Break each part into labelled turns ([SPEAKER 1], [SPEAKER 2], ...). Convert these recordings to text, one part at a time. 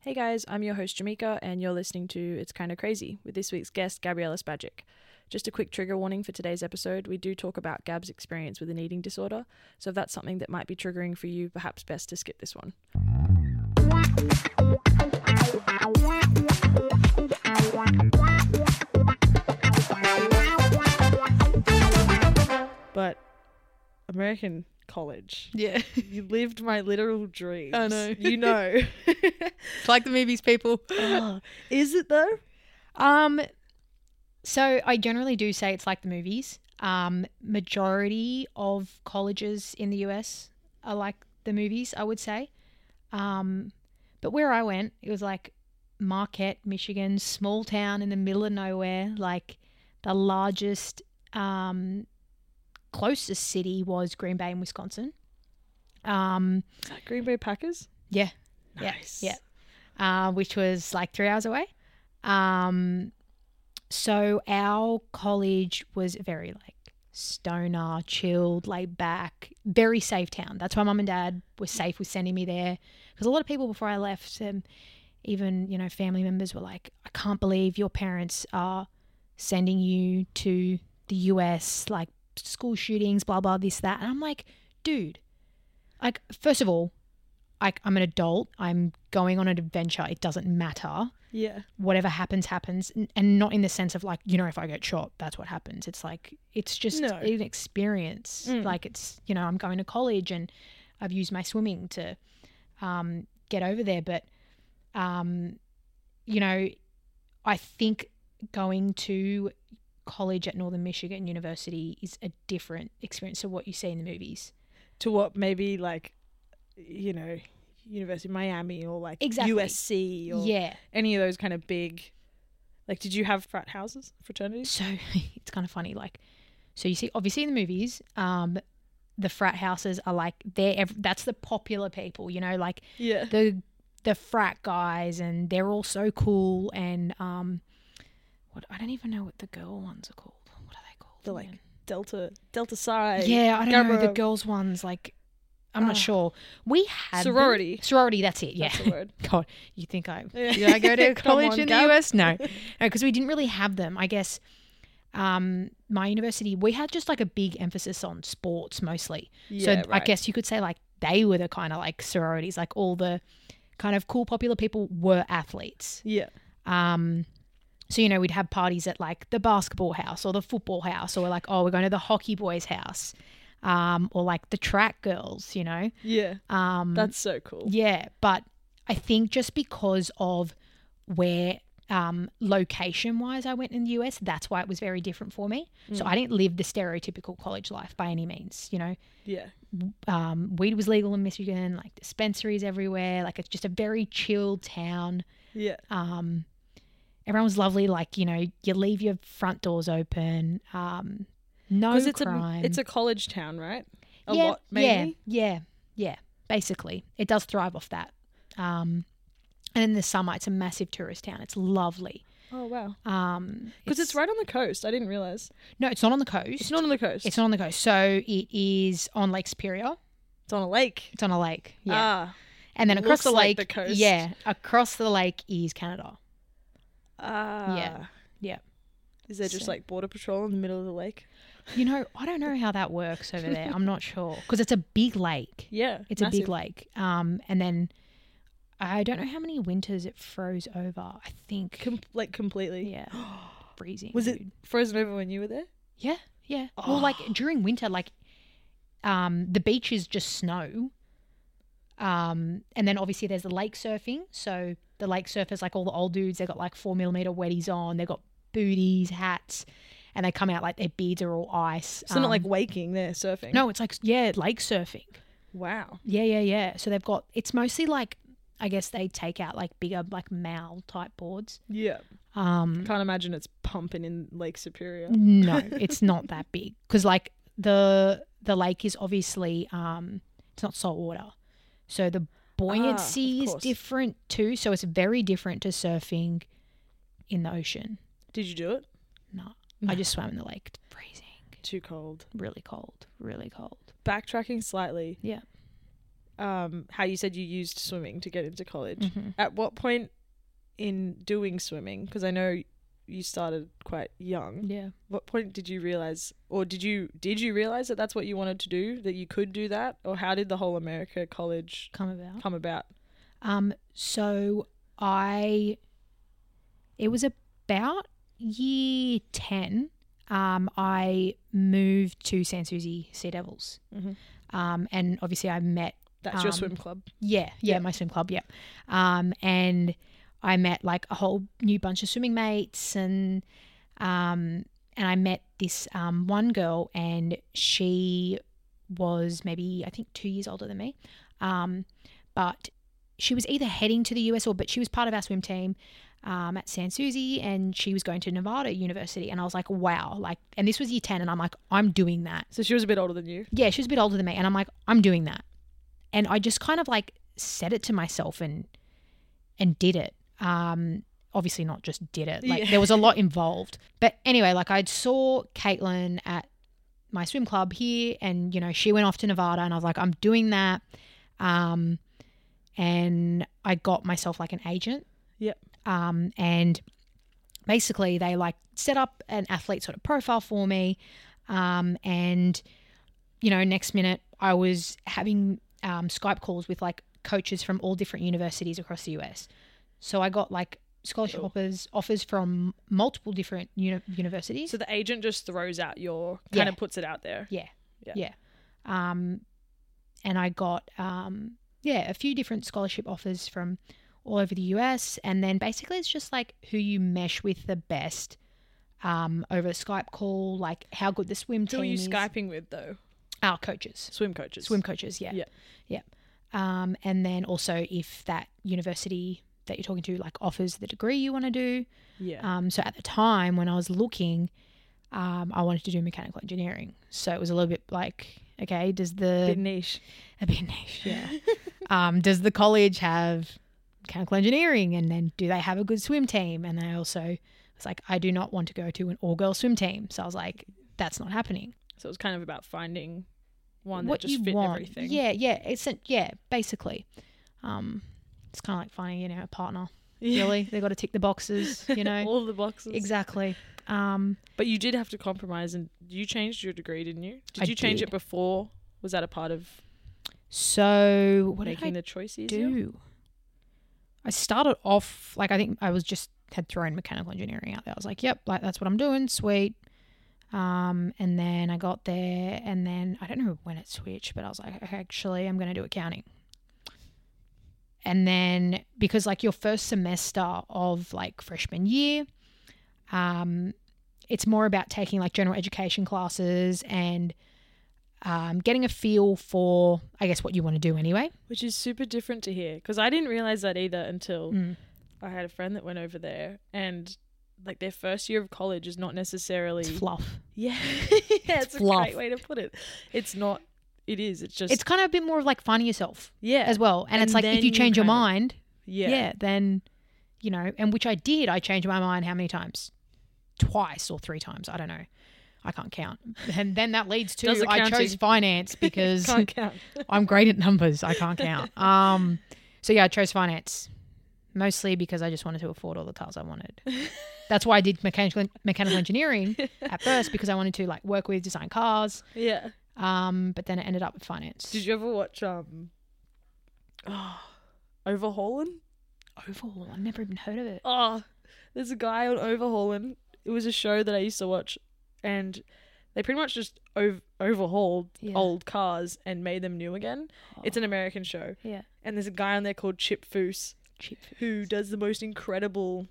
[SPEAKER 1] Hey guys, I'm your host Jamika, and you're listening to It's Kinda Crazy with this week's guest, Gabriella Spagic. Just a quick trigger warning for today's episode we do talk about Gab's experience with an eating disorder, so if that's something that might be triggering for you, perhaps best to skip this one. But American college.
[SPEAKER 2] Yeah.
[SPEAKER 1] You lived my literal dreams.
[SPEAKER 2] I know.
[SPEAKER 1] You know.
[SPEAKER 2] It's like the movies, people.
[SPEAKER 1] Oh, is it though?
[SPEAKER 2] Um, so I generally do say it's like the movies. Um, majority of colleges in the US are like the movies, I would say. Um, but where I went, it was like Marquette, Michigan, small town in the middle of nowhere. Like the largest, um, closest city was Green Bay in Wisconsin. Um,
[SPEAKER 1] Is that Green Bay Packers?
[SPEAKER 2] Yeah. Yeah.
[SPEAKER 1] Nice.
[SPEAKER 2] Yeah. uh, which was like three hours away. Um, so our college was very like stoner, chilled, laid back, very safe town. That's why mum and dad were safe with sending me there because a lot of people before I left, um, even you know family members were like, I can't believe your parents are sending you to the U.S. like school shootings, blah blah this that, and I'm like, dude, like first of all, I, I'm an adult. I'm going on an adventure. It doesn't matter.
[SPEAKER 1] Yeah.
[SPEAKER 2] Whatever happens, happens. N- And not in the sense of like, you know, if I get shot, that's what happens. It's like, it's just
[SPEAKER 1] No.
[SPEAKER 2] an experience.
[SPEAKER 1] Mm.
[SPEAKER 2] Like, it's, you know, I'm going to college and I've used my swimming to um, get over there. But, um, you know, I think going to college at Northern Michigan University is a different experience to what you see in the movies.
[SPEAKER 1] To what maybe like, you know, University of Miami or like
[SPEAKER 2] Exactly.
[SPEAKER 1] USC or
[SPEAKER 2] Yeah.
[SPEAKER 1] any of those kind of big. Like, did you have frat houses, fraternities?
[SPEAKER 2] So it's kind of funny. Like, so you see, obviously in the movies, um, the frat houses are like they're ev- that's the popular people, you know, like
[SPEAKER 1] Yeah.
[SPEAKER 2] the the frat guys, and they're all so cool. And um, what I don't even know what the girl ones are called. What are they called?
[SPEAKER 1] They're like
[SPEAKER 2] again?
[SPEAKER 1] Delta, Delta Psi.
[SPEAKER 2] yeah, I don't know the
[SPEAKER 1] Gamma-
[SPEAKER 2] girls ones. Like, I'm
[SPEAKER 1] Ah.
[SPEAKER 2] not sure. We had them-
[SPEAKER 1] Sorority.
[SPEAKER 2] Sorority, that's it. Yeah.
[SPEAKER 1] That's the word.
[SPEAKER 2] God, you think I
[SPEAKER 1] Yeah.
[SPEAKER 2] did I go
[SPEAKER 1] Come
[SPEAKER 2] to college
[SPEAKER 1] on,
[SPEAKER 2] in
[SPEAKER 1] Gab.
[SPEAKER 2] the US? No, no, because we didn't really have them. I guess um, my university we had just like a big emphasis on sports mostly. so
[SPEAKER 1] Yeah,
[SPEAKER 2] I
[SPEAKER 1] right.
[SPEAKER 2] guess you could say like they were the kind of like sororities, like all the kind of cool popular people were athletes.
[SPEAKER 1] Yeah.
[SPEAKER 2] Um, so you know we'd have parties at like the basketball house or the football house, or we're like oh we're going to the hockey boys house, um, or like the track girls, you know.
[SPEAKER 1] Yeah.
[SPEAKER 2] Um,
[SPEAKER 1] That's so cool.
[SPEAKER 2] yeah, but I think just because of where um, location wise I went in the US, that's why it was very different for me. So
[SPEAKER 1] Mm.
[SPEAKER 2] I didn't live the stereotypical college life by any means. You know,
[SPEAKER 1] Yeah.
[SPEAKER 2] um, weed was legal in Michigan, like dispensaries everywhere. Like it's just a very chilled town.
[SPEAKER 1] Yeah.
[SPEAKER 2] Um, everyone was lovely. Like, you know, you leave your front doors open. Um, no
[SPEAKER 1] Because it's
[SPEAKER 2] crime.
[SPEAKER 1] a it's a college town, right? A
[SPEAKER 2] yeah,
[SPEAKER 1] lot, mainly.
[SPEAKER 2] Yeah, yeah, yeah. Basically, it does thrive off that. Um, and in the summer, it's a massive tourist town. It's lovely.
[SPEAKER 1] Oh wow.
[SPEAKER 2] Um,
[SPEAKER 1] Because it's, right on the coast. I didn't realize
[SPEAKER 2] No, it's not on the coast.
[SPEAKER 1] it's not on the coast.
[SPEAKER 2] It's not on the coast. So it is on Lake Superior.
[SPEAKER 1] It's on a lake.
[SPEAKER 2] It's on a lake. Yeah.
[SPEAKER 1] Ah.
[SPEAKER 2] and then across
[SPEAKER 1] looks
[SPEAKER 2] the
[SPEAKER 1] like
[SPEAKER 2] lake,
[SPEAKER 1] the coast.
[SPEAKER 2] yeah, across the lake is Canada.
[SPEAKER 1] Ah.
[SPEAKER 2] Yeah.
[SPEAKER 1] Is there just
[SPEAKER 2] So-
[SPEAKER 1] like border patrol in the middle of the lake?
[SPEAKER 2] You know, I don't know how that works over there. I'm not sure because it's a big lake.
[SPEAKER 1] Yeah.
[SPEAKER 2] It's a big lake. Um, and then I don't know how many winters it froze over. I think
[SPEAKER 1] Com- like completely.
[SPEAKER 2] Yeah. freezing.
[SPEAKER 1] Was it
[SPEAKER 2] dude.
[SPEAKER 1] frozen over when you were there?
[SPEAKER 2] Yeah, yeah. Well, like during winter, like um, the beach is just snow. Um, and then obviously there's the lake surfing. So the lake surfers, like all the old dudes, they got like four millimeter weddies on. They got booties, hats, and they come out like their beards are all ice.
[SPEAKER 1] So not like
[SPEAKER 2] Um,
[SPEAKER 1] waking there surfing.
[SPEAKER 2] no, it's like yeah, lake surfing.
[SPEAKER 1] Wow.
[SPEAKER 2] Yeah, yeah, yeah. So they've got it's mostly like I guess they take out like bigger like mal type boards.
[SPEAKER 1] Yeah.
[SPEAKER 2] Um,
[SPEAKER 1] Can't imagine it's pumping in Lake Superior.
[SPEAKER 2] no it's not that big because like the the lake is obviously um it's not salt water so the buoyancy is
[SPEAKER 1] course.
[SPEAKER 2] different too so it's very different to surfing in the ocean
[SPEAKER 1] Did you do it?
[SPEAKER 2] no
[SPEAKER 1] No.
[SPEAKER 2] i just swam in the lake It's freezing
[SPEAKER 1] Too cold.
[SPEAKER 2] really cold really cold
[SPEAKER 1] Backtracking slightly.
[SPEAKER 2] Yeah.
[SPEAKER 1] um, how you said you used swimming to get into college.
[SPEAKER 2] Mhm.
[SPEAKER 1] At what point in doing swimming, because I know you started quite young,
[SPEAKER 2] Yeah.
[SPEAKER 1] what point did you realize, or did you did you realize that that's what you wanted to do, that you could do that, or how did the whole America college
[SPEAKER 2] Come about.
[SPEAKER 1] come about?
[SPEAKER 2] Um, so I, it was about year 10. Um, I moved to Sanssouci Sea Devils.
[SPEAKER 1] Mhm.
[SPEAKER 2] Um, and obviously I met,
[SPEAKER 1] That's your
[SPEAKER 2] Um,
[SPEAKER 1] swim club.
[SPEAKER 2] yeah, yeah,
[SPEAKER 1] Yeah.
[SPEAKER 2] my swim club. Yeah. Um, and I met like a whole new bunch of swimming mates and, um, and I met this um, one girl, and she was maybe I think two years older than me, um, but she was either heading to the US or but she was part of our swim team um, at Sanssouci, and she was going to Nevada University, and I was like, wow, like, and this was year ten, and I'm like, I'm doing that.
[SPEAKER 1] So she was a bit older than you.
[SPEAKER 2] Yeah, she was a bit older than me, and I'm like, I'm doing that, and I just kind of like said it to myself and and did it. Um, obviously not just did it. Like
[SPEAKER 1] Yeah.
[SPEAKER 2] there was a lot involved. But anyway, like I saw Caitlin at my swim club here, and you know she went off to Nevada, and I was like, I'm doing that. Um, and I got myself like an agent.
[SPEAKER 1] Yep.
[SPEAKER 2] Um, and basically they like set up an athlete sort of profile for me, um, and you know next minute I was having um, Skype calls with like coaches from all different universities across the US. So I got like scholarship
[SPEAKER 1] Cool.
[SPEAKER 2] offers offers from multiple different uni- universities.
[SPEAKER 1] So the agent just throws out your kind
[SPEAKER 2] Yeah.
[SPEAKER 1] of puts it out there.
[SPEAKER 2] um, and I got um, yeah a few different scholarship offers from all over the US, and then basically it's just like who you mesh with the best um, over a Skype call, like how good the swim
[SPEAKER 1] Who
[SPEAKER 2] team
[SPEAKER 1] are you
[SPEAKER 2] is.
[SPEAKER 1] skyping with though?
[SPEAKER 2] Our coaches,
[SPEAKER 1] Swim coaches.
[SPEAKER 2] swim coaches, yeah,
[SPEAKER 1] Yeah.
[SPEAKER 2] yeah. Um, and then also if that university that you're talking to like offers the degree you want to do.
[SPEAKER 1] Yeah.
[SPEAKER 2] Um, so at the time when I was looking. Um, I wanted to do mechanical engineering, so it was a little bit like, okay, does the
[SPEAKER 1] bit niche.
[SPEAKER 2] a bit niche, yeah. um, does the college have mechanical engineering? And then do they have a good swim team? And I also was like, I do not want to go to an all girl swim team. So I was like, that's not happening.
[SPEAKER 1] So it was kind of about finding one
[SPEAKER 2] what
[SPEAKER 1] that just
[SPEAKER 2] you
[SPEAKER 1] fit
[SPEAKER 2] want.
[SPEAKER 1] everything.
[SPEAKER 2] Yeah, yeah. It's a, yeah, basically. Um, it's kind of like finding, you know, a partner.
[SPEAKER 1] Yeah.
[SPEAKER 2] Really, they got to tick the boxes, you know.
[SPEAKER 1] all the boxes.
[SPEAKER 2] exactly. Um,
[SPEAKER 1] But you did have to compromise, and you changed your degree, didn't you? Did
[SPEAKER 2] I
[SPEAKER 1] you change
[SPEAKER 2] did.
[SPEAKER 1] it before? Was that a part of
[SPEAKER 2] so what did I
[SPEAKER 1] making the choice easier?
[SPEAKER 2] do? I started off like I think I was just had thrown mechanical engineering out there. I was like, "Yep, like that's what I'm doing, sweet." Um, and then I got there, and then I don't know when it switched, but I was like, "Okay, "Actually, I'm going to do accounting." And then because like your first semester of like freshman year, um, it's more about taking like general education classes and um, getting a feel for I guess what you want to do anyway.
[SPEAKER 1] Which is super different to here, because I didn't realize that either until
[SPEAKER 2] Mm.
[SPEAKER 1] I had a friend that went over there, and like their first year of college is not necessarily.
[SPEAKER 2] It's fluff.
[SPEAKER 1] yeah, yeah, it's, a
[SPEAKER 2] fluff.
[SPEAKER 1] great way to put it. It's not. It is. It's just.
[SPEAKER 2] It's kind of a bit more of like finding yourself
[SPEAKER 1] yeah.
[SPEAKER 2] as well. And, it's
[SPEAKER 1] And
[SPEAKER 2] like if
[SPEAKER 1] then
[SPEAKER 2] you
[SPEAKER 1] you
[SPEAKER 2] change your
[SPEAKER 1] kind of-
[SPEAKER 2] mind, yeah.
[SPEAKER 1] yeah.
[SPEAKER 2] then you know, and which I did, I changed my mind how many times? Twice or three times, I don't know. I can't count. And then that leads to
[SPEAKER 1] Does it
[SPEAKER 2] I
[SPEAKER 1] count
[SPEAKER 2] chose
[SPEAKER 1] in-
[SPEAKER 2] finance because
[SPEAKER 1] Can't count.
[SPEAKER 2] I'm great at numbers. I can't count. Um, so yeah, I chose finance mostly because I just wanted to afford all the cars I wanted. That's why I did mechanical mechanical engineering at first because I wanted to like work with design cars.
[SPEAKER 1] yeah.
[SPEAKER 2] Um, but then it ended up with finance.
[SPEAKER 1] Did you ever watch um? Oh, Overhauling.
[SPEAKER 2] Overhaul? I've never even heard of it.
[SPEAKER 1] oh, there's a guy on Overhauling. It was a show that I used to watch, and they pretty much just ov- overhauled
[SPEAKER 2] Yeah. Oh.
[SPEAKER 1] old cars and made them new again. It's an American show,
[SPEAKER 2] yeah.
[SPEAKER 1] and there's a guy on there called Chip Foose
[SPEAKER 2] Cheap food.
[SPEAKER 1] who does the most incredible.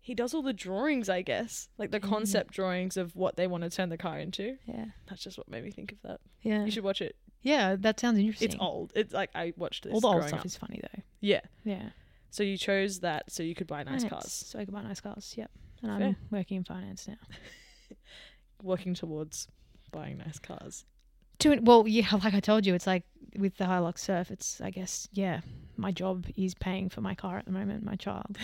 [SPEAKER 1] He does all the drawings, I guess, like the
[SPEAKER 2] Mm.
[SPEAKER 1] concept drawings of what they want to turn the car into.
[SPEAKER 2] Yeah.
[SPEAKER 1] That's just what made me think of that.
[SPEAKER 2] Yeah.
[SPEAKER 1] You should watch it.
[SPEAKER 2] Yeah, that sounds interesting.
[SPEAKER 1] It's old. It's like I watched this.
[SPEAKER 2] All the old
[SPEAKER 1] growing
[SPEAKER 2] stuff
[SPEAKER 1] up.
[SPEAKER 2] is funny though.
[SPEAKER 1] Yeah.
[SPEAKER 2] Yeah.
[SPEAKER 1] So you chose that so you could buy nice
[SPEAKER 2] Finance.
[SPEAKER 1] cars.
[SPEAKER 2] So I could buy nice cars. Yep. And I'm
[SPEAKER 1] Fair.
[SPEAKER 2] working in finance now.
[SPEAKER 1] Working towards buying nice cars.
[SPEAKER 2] To well, yeah, like I told you, it's like with the Hilux Surf. It's I guess yeah, my job is paying for my car at the moment, my child.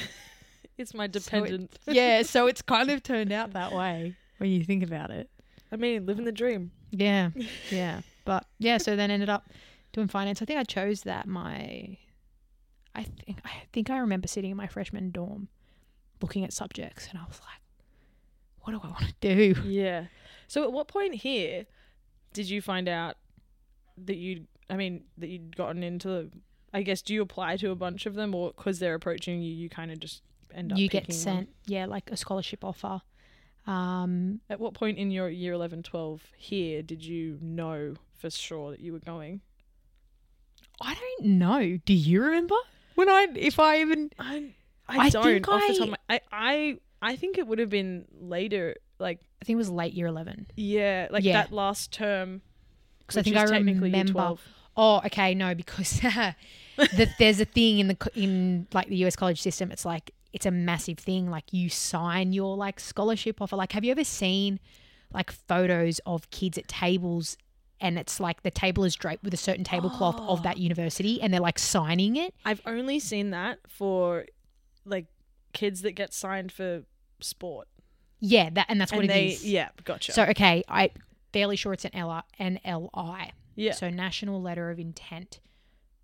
[SPEAKER 1] It's my
[SPEAKER 2] So it-
[SPEAKER 1] dependent.
[SPEAKER 2] yeah, so it's kind of turned out that way when you think about it.
[SPEAKER 1] I mean, living the dream.
[SPEAKER 2] Yeah, yeah. But yeah, so then ended up doing finance. I think I chose that my I think I think I remember sitting in my freshman dorm looking at subjects and I was like, what do I want to do?
[SPEAKER 1] Yeah. So at what point here did you find out that you I mean that you'd gotten into I guess do you apply to a bunch of them or cuz they're approaching you you kind of just end up
[SPEAKER 2] You get
[SPEAKER 1] picking one?
[SPEAKER 2] sent, yeah, like a scholarship offer. Um,
[SPEAKER 1] At what point in your year 11 12 here did you know for sure that you were going?
[SPEAKER 2] I don't know. Do you remember? When I if I even
[SPEAKER 1] I
[SPEAKER 2] I
[SPEAKER 1] don't
[SPEAKER 2] think
[SPEAKER 1] off the top of
[SPEAKER 2] I-
[SPEAKER 1] my I I I think it would have been later like
[SPEAKER 2] I think it was late year 11.
[SPEAKER 1] yeah, like
[SPEAKER 2] Yeah.
[SPEAKER 1] that last term
[SPEAKER 2] Because I
[SPEAKER 1] which
[SPEAKER 2] think
[SPEAKER 1] is
[SPEAKER 2] I
[SPEAKER 1] technically year
[SPEAKER 2] remember.
[SPEAKER 1] 12.
[SPEAKER 2] Oh, okay, no, because that there's a thing in the co- in like the US college system. It's like it's a massive thing. Like you sign your like scholarship offer. Like, have you ever seen like photos of kids at tables? And it's like the table is draped with a certain tablecloth of that university, and they're like signing it.
[SPEAKER 1] I've only seen that for like kids that get signed for sport.
[SPEAKER 2] Yeah, that and that's what
[SPEAKER 1] and
[SPEAKER 2] it
[SPEAKER 1] they
[SPEAKER 2] is.
[SPEAKER 1] yeah, gotcha.
[SPEAKER 2] So okay, I fairly sure it's an L an L I.
[SPEAKER 1] yeah.
[SPEAKER 2] So national letter of intent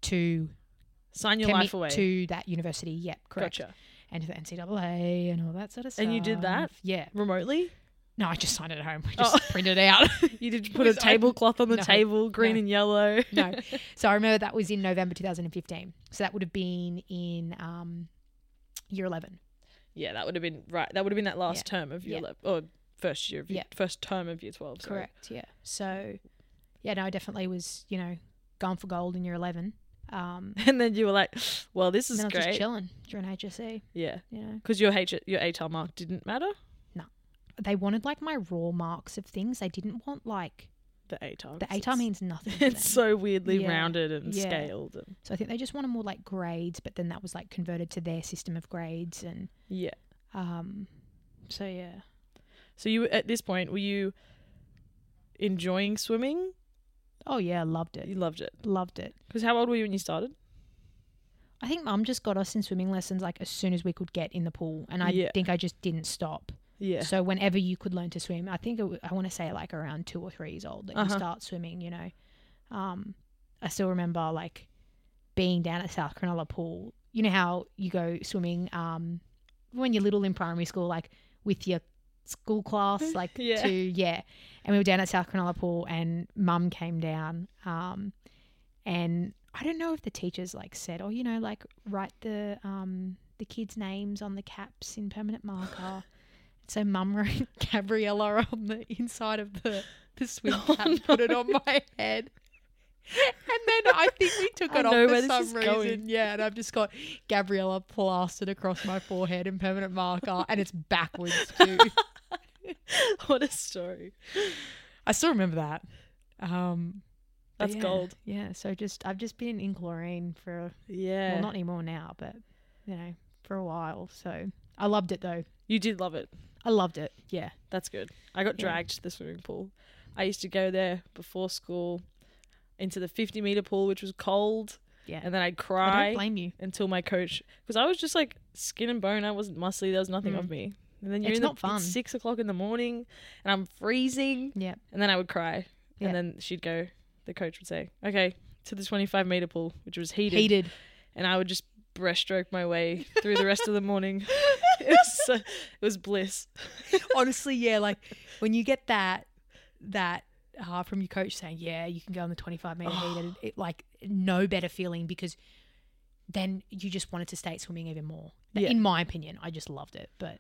[SPEAKER 2] to
[SPEAKER 1] Sign your
[SPEAKER 2] commit
[SPEAKER 1] life away.
[SPEAKER 2] to that university. Yep, correct.
[SPEAKER 1] Gotcha.
[SPEAKER 2] and to the NCAA and all that sort of stuff.
[SPEAKER 1] And you did that?
[SPEAKER 2] Yeah.
[SPEAKER 1] Remotely?
[SPEAKER 2] No, I just signed it at home. I
[SPEAKER 1] Oh.
[SPEAKER 2] just printed it out.
[SPEAKER 1] You did
[SPEAKER 2] put
[SPEAKER 1] put
[SPEAKER 2] a
[SPEAKER 1] a tablecloth on the
[SPEAKER 2] No,
[SPEAKER 1] table, green
[SPEAKER 2] no.
[SPEAKER 1] and yellow.
[SPEAKER 2] no. So I remember that was in November 2015. So that would have been in um, year 11.
[SPEAKER 1] Yeah, that would have been right. That would have been that last term of year
[SPEAKER 2] Yeah.
[SPEAKER 1] 11 or first year of year,
[SPEAKER 2] Yeah.
[SPEAKER 1] first term of year 12. Sorry.
[SPEAKER 2] Correct. Yeah. So, yeah, no, I definitely was, you know, gone for gold in year 11. Um,
[SPEAKER 1] And then you were like, well, this
[SPEAKER 2] and
[SPEAKER 1] is
[SPEAKER 2] then I was just
[SPEAKER 1] great.
[SPEAKER 2] chilling during HSE,
[SPEAKER 1] Yeah.
[SPEAKER 2] you know.
[SPEAKER 1] Because your, H- your ATAR mark didn't matter.
[SPEAKER 2] They wanted like my raw marks of things. They didn't want like
[SPEAKER 1] The ATAR.
[SPEAKER 2] the ATAR means nothing. to them.
[SPEAKER 1] It's so weirdly
[SPEAKER 2] Yeah.
[SPEAKER 1] rounded and
[SPEAKER 2] Yeah.
[SPEAKER 1] scaled. And,
[SPEAKER 2] so I think they just wanted more like grades, but then that was like converted to their system of grades and
[SPEAKER 1] yeah.
[SPEAKER 2] Um, so yeah,
[SPEAKER 1] So you at this point were you enjoying swimming?
[SPEAKER 2] oh yeah, loved
[SPEAKER 1] You
[SPEAKER 2] it,
[SPEAKER 1] loved it.
[SPEAKER 2] loved it.
[SPEAKER 1] Because how old were you when you started?
[SPEAKER 2] I think Mum just got us in swimming lessons like as soon as we could get in the pool, and I
[SPEAKER 1] Yeah.
[SPEAKER 2] think I just didn't stop.
[SPEAKER 1] Yeah.
[SPEAKER 2] So whenever you could learn to swim, I think it w- I want to say like around two or three years old that
[SPEAKER 1] Uh-huh.
[SPEAKER 2] you start swimming. You know, um, I still remember like being down at South Cronulla Pool. You know how you go swimming um, when you're little in primary school, like with your school class, like
[SPEAKER 1] Yeah.
[SPEAKER 2] to yeah. And we were down at South Cronulla Pool, and Mum came down, um, and I don't know if the teachers like said, oh, you know, like write the um, the kids' names on the caps in permanent marker. So mum wrote Gabriella on the inside of the, the swim
[SPEAKER 1] Oh,
[SPEAKER 2] cap, put it on my head. And then I think we took
[SPEAKER 1] I
[SPEAKER 2] it off
[SPEAKER 1] know
[SPEAKER 2] for
[SPEAKER 1] where this
[SPEAKER 2] some
[SPEAKER 1] is
[SPEAKER 2] reason.
[SPEAKER 1] going.
[SPEAKER 2] Yeah, and I've just got Gabriella plastered across my forehead in permanent marker, and it's backwards too.
[SPEAKER 1] what a story.
[SPEAKER 2] I still remember that. Um, but
[SPEAKER 1] That's
[SPEAKER 2] yeah,
[SPEAKER 1] gold.
[SPEAKER 2] Yeah. So just I've just been in chlorine for
[SPEAKER 1] Yeah.
[SPEAKER 2] well, not anymore now, but you know, for a while. So I loved it though.
[SPEAKER 1] you did love it.
[SPEAKER 2] I loved it. Yeah.
[SPEAKER 1] That's good. I got
[SPEAKER 2] Yeah.
[SPEAKER 1] dragged to the swimming pool. I used to go there before school into the 50 meter pool, which was cold.
[SPEAKER 2] Yeah.
[SPEAKER 1] And then I'd
[SPEAKER 2] I
[SPEAKER 1] cry
[SPEAKER 2] don't blame you.
[SPEAKER 1] until my coach, because I was just like skin and bone. I wasn't muscly. There was nothing of me. And then you're
[SPEAKER 2] Mm. It's
[SPEAKER 1] in the,
[SPEAKER 2] not fun.
[SPEAKER 1] It's six o'clock in the morning and I'm freezing.
[SPEAKER 2] Yeah.
[SPEAKER 1] And then I would cry.
[SPEAKER 2] Yeah.
[SPEAKER 1] And then she'd go, the coach would say, okay, to the 25 meter pool, which was heated.
[SPEAKER 2] Hated.
[SPEAKER 1] And I would just breaststroke my way through the rest of the morning. It was, so- it was bliss.
[SPEAKER 2] honestly, yeah, like when you get that that uh, from your coach saying, "Yeah, you can go on the 25 meter heat," and it like no better feeling because then you just wanted to stay at swimming even more.
[SPEAKER 1] Yeah.
[SPEAKER 2] In my opinion, I just loved it, but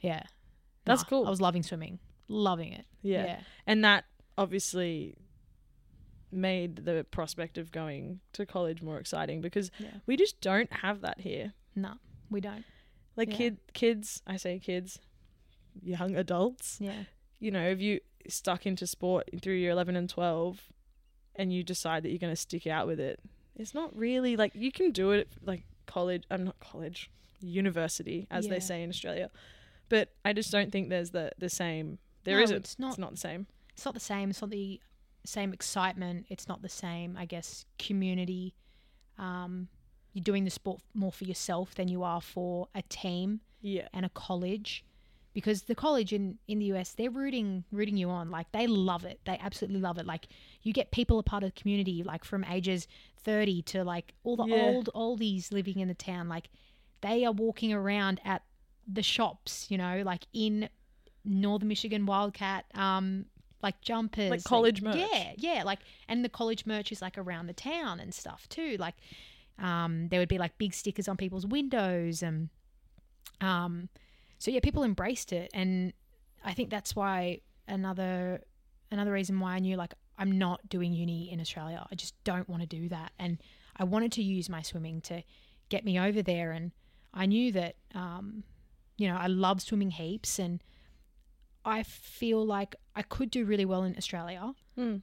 [SPEAKER 2] yeah,
[SPEAKER 1] That's
[SPEAKER 2] Nah,
[SPEAKER 1] cool.
[SPEAKER 2] I was loving swimming, loving it. Yeah,
[SPEAKER 1] yeah. And that obviously made the prospect of going to college more exciting because
[SPEAKER 2] Yeah.
[SPEAKER 1] we just don't have that here.
[SPEAKER 2] no, we don't.
[SPEAKER 1] Like
[SPEAKER 2] Yeah.
[SPEAKER 1] kid kids, I say kids, young adults,
[SPEAKER 2] Yeah,
[SPEAKER 1] you know, if you stuck into sport through year 11 and 12 and you decide that you're going to stick out with it, it's not really like you can do it at, like college, I'm not college, university as
[SPEAKER 2] Yeah.
[SPEAKER 1] they say in Australia. But I just don't think there's the the same There
[SPEAKER 2] No,
[SPEAKER 1] not
[SPEAKER 2] It's not.
[SPEAKER 1] it's not the same.
[SPEAKER 2] It's not the same. It's not the same excitement. It's not the same, I guess, community. Um, you're doing the sport more for yourself than you are for a team.
[SPEAKER 1] Yeah.
[SPEAKER 2] and a college because the college in in the US they're rooting rooting you on like they love it they absolutely love it like you get people a part of the community like from ages 30 to like all the
[SPEAKER 1] Yeah.
[SPEAKER 2] old oldies living in the town like they are walking around at the shops you know like in northern Michigan Wildcat um like jumpers
[SPEAKER 1] college merch.
[SPEAKER 2] yeah yeah like and the college merch is like around the town and stuff too like um there would be like big stickers on people's windows and um so yeah people embraced it and i think that's why another another reason why i knew like i'm not doing uni in australia i just don't want to do that and i wanted to use my swimming to get me over there and i knew that um you know i love swimming heaps and i feel like i could do really well in australia
[SPEAKER 1] Hmm.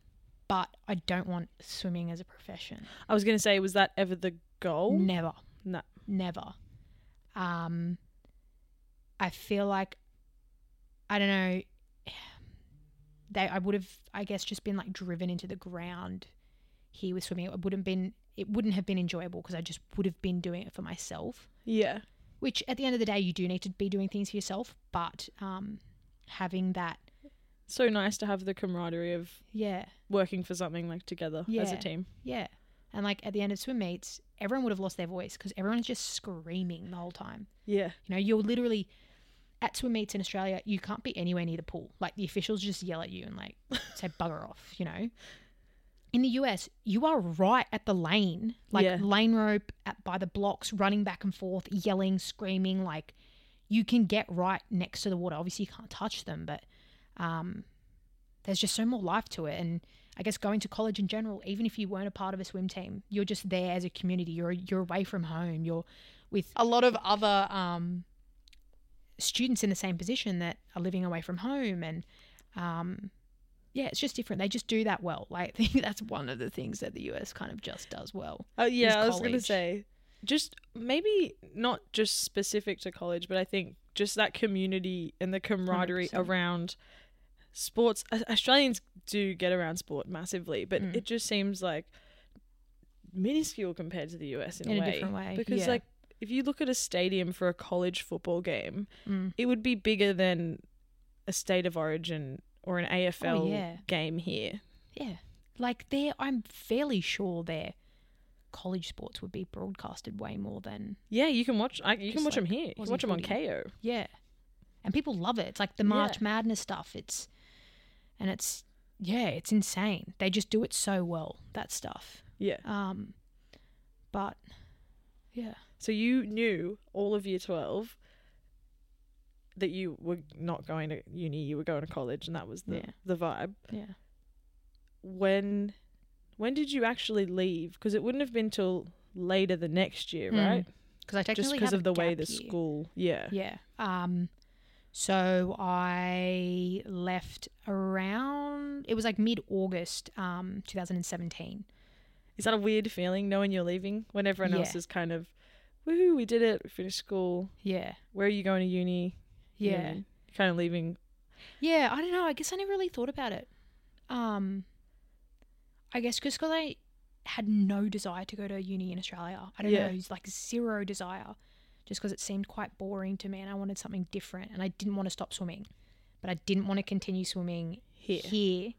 [SPEAKER 2] but i don't want swimming as a profession
[SPEAKER 1] I was going to say, was that ever the goal?
[SPEAKER 2] Never.
[SPEAKER 1] Oh. No.
[SPEAKER 2] Never. Um I feel like I don't know they I would have I guess just been like driven into the ground here with swimming. It wouldn't been it wouldn't have been enjoyable because I just would have been doing it for myself.
[SPEAKER 1] Yeah.
[SPEAKER 2] Which at the end of the day you do need to be doing things for yourself, but um having that
[SPEAKER 1] So nice to have the camaraderie of
[SPEAKER 2] yeah,
[SPEAKER 1] working for something like together as a
[SPEAKER 2] Yeah.
[SPEAKER 1] team.
[SPEAKER 2] yeah. And like at the end of swim meets, everyone would have lost their voice because everyone's just screaming the whole time.
[SPEAKER 1] Yeah.
[SPEAKER 2] You know, you're literally at swim meets in Australia, you can't be anywhere near the pool. Like the officials just yell at you and like say bugger off, you know. In the US, you are right at the lane, like
[SPEAKER 1] Yeah.
[SPEAKER 2] lane rope at, by the blocks, running back and forth, yelling, screaming. Like you can get right next to the water. Obviously, you can't touch them, but um, there's just so more life to it. And I guess going to college in general, even if you weren't a part of a swim team, you're just there as a community. You're you're away from home. You're with a lot of other um, students in the same position that are living away from home, and um, yeah, it's just different. They just do that well. Like I think that's one of the things that the US kind of just does well.
[SPEAKER 1] Oh yeah,
[SPEAKER 2] Is
[SPEAKER 1] I was going to
[SPEAKER 2] college.
[SPEAKER 1] say just maybe not just specific to college, but I think just that community and the camaraderie
[SPEAKER 2] 100%.
[SPEAKER 1] around sports. Aus- Australians do get around sport massively, but
[SPEAKER 2] Mm.
[SPEAKER 1] it just seems like minuscule compared to the US in,
[SPEAKER 2] In
[SPEAKER 1] a
[SPEAKER 2] a
[SPEAKER 1] way.
[SPEAKER 2] different way,
[SPEAKER 1] Because
[SPEAKER 2] yeah.
[SPEAKER 1] like if you look at a stadium for a college football game,
[SPEAKER 2] Mm.
[SPEAKER 1] it would be bigger than a state of origin or an AFL
[SPEAKER 2] Oh, yeah.
[SPEAKER 1] game here.
[SPEAKER 2] Yeah, like there, I'm fairly sure their college sports would be broadcasted way more than
[SPEAKER 1] Yeah, you can watch. I, you can
[SPEAKER 2] Just
[SPEAKER 1] watch them
[SPEAKER 2] like
[SPEAKER 1] here. You can
[SPEAKER 2] Aussie
[SPEAKER 1] watch them on
[SPEAKER 2] footy.
[SPEAKER 1] KO.
[SPEAKER 2] Yeah. And people love it. It's like the
[SPEAKER 1] Yeah.
[SPEAKER 2] March Madness stuff. It's and it's yeah, it's insane. They just do it so well, that stuff.
[SPEAKER 1] Yeah.
[SPEAKER 2] Um but yeah.
[SPEAKER 1] So you knew all of year 12 that you were not going to uni, you were going to college and that was the,
[SPEAKER 2] Yeah.
[SPEAKER 1] the vibe.
[SPEAKER 2] Yeah.
[SPEAKER 1] When when did you actually leave? Because it wouldn't have been till later the next
[SPEAKER 2] Hmm.
[SPEAKER 1] year, right?
[SPEAKER 2] Cuz I
[SPEAKER 1] Just
[SPEAKER 2] technically
[SPEAKER 1] because of
[SPEAKER 2] had a
[SPEAKER 1] the way
[SPEAKER 2] gap
[SPEAKER 1] the
[SPEAKER 2] year.
[SPEAKER 1] school, yeah.
[SPEAKER 2] Yeah. Um so I left around it was like mid-August um 2017.
[SPEAKER 1] Is that a weird feeling knowing you're leaving when everyone else
[SPEAKER 2] Yeah.
[SPEAKER 1] is kind of woohoo, we did it, we finished school.
[SPEAKER 2] Yeah.
[SPEAKER 1] Where are you going to uni? You know what I
[SPEAKER 2] Yeah.
[SPEAKER 1] mean? kind of leaving.
[SPEAKER 2] Yeah, I don't know. I guess I never really thought about it. Um, I guess just because I had no desire to go to uni in Australia. I don't
[SPEAKER 1] Yeah.
[SPEAKER 2] know. It's like zero desire, just because it seemed quite boring to me, and I wanted something different. And I didn't want to stop swimming, but I didn't want to continue swimming
[SPEAKER 1] Here.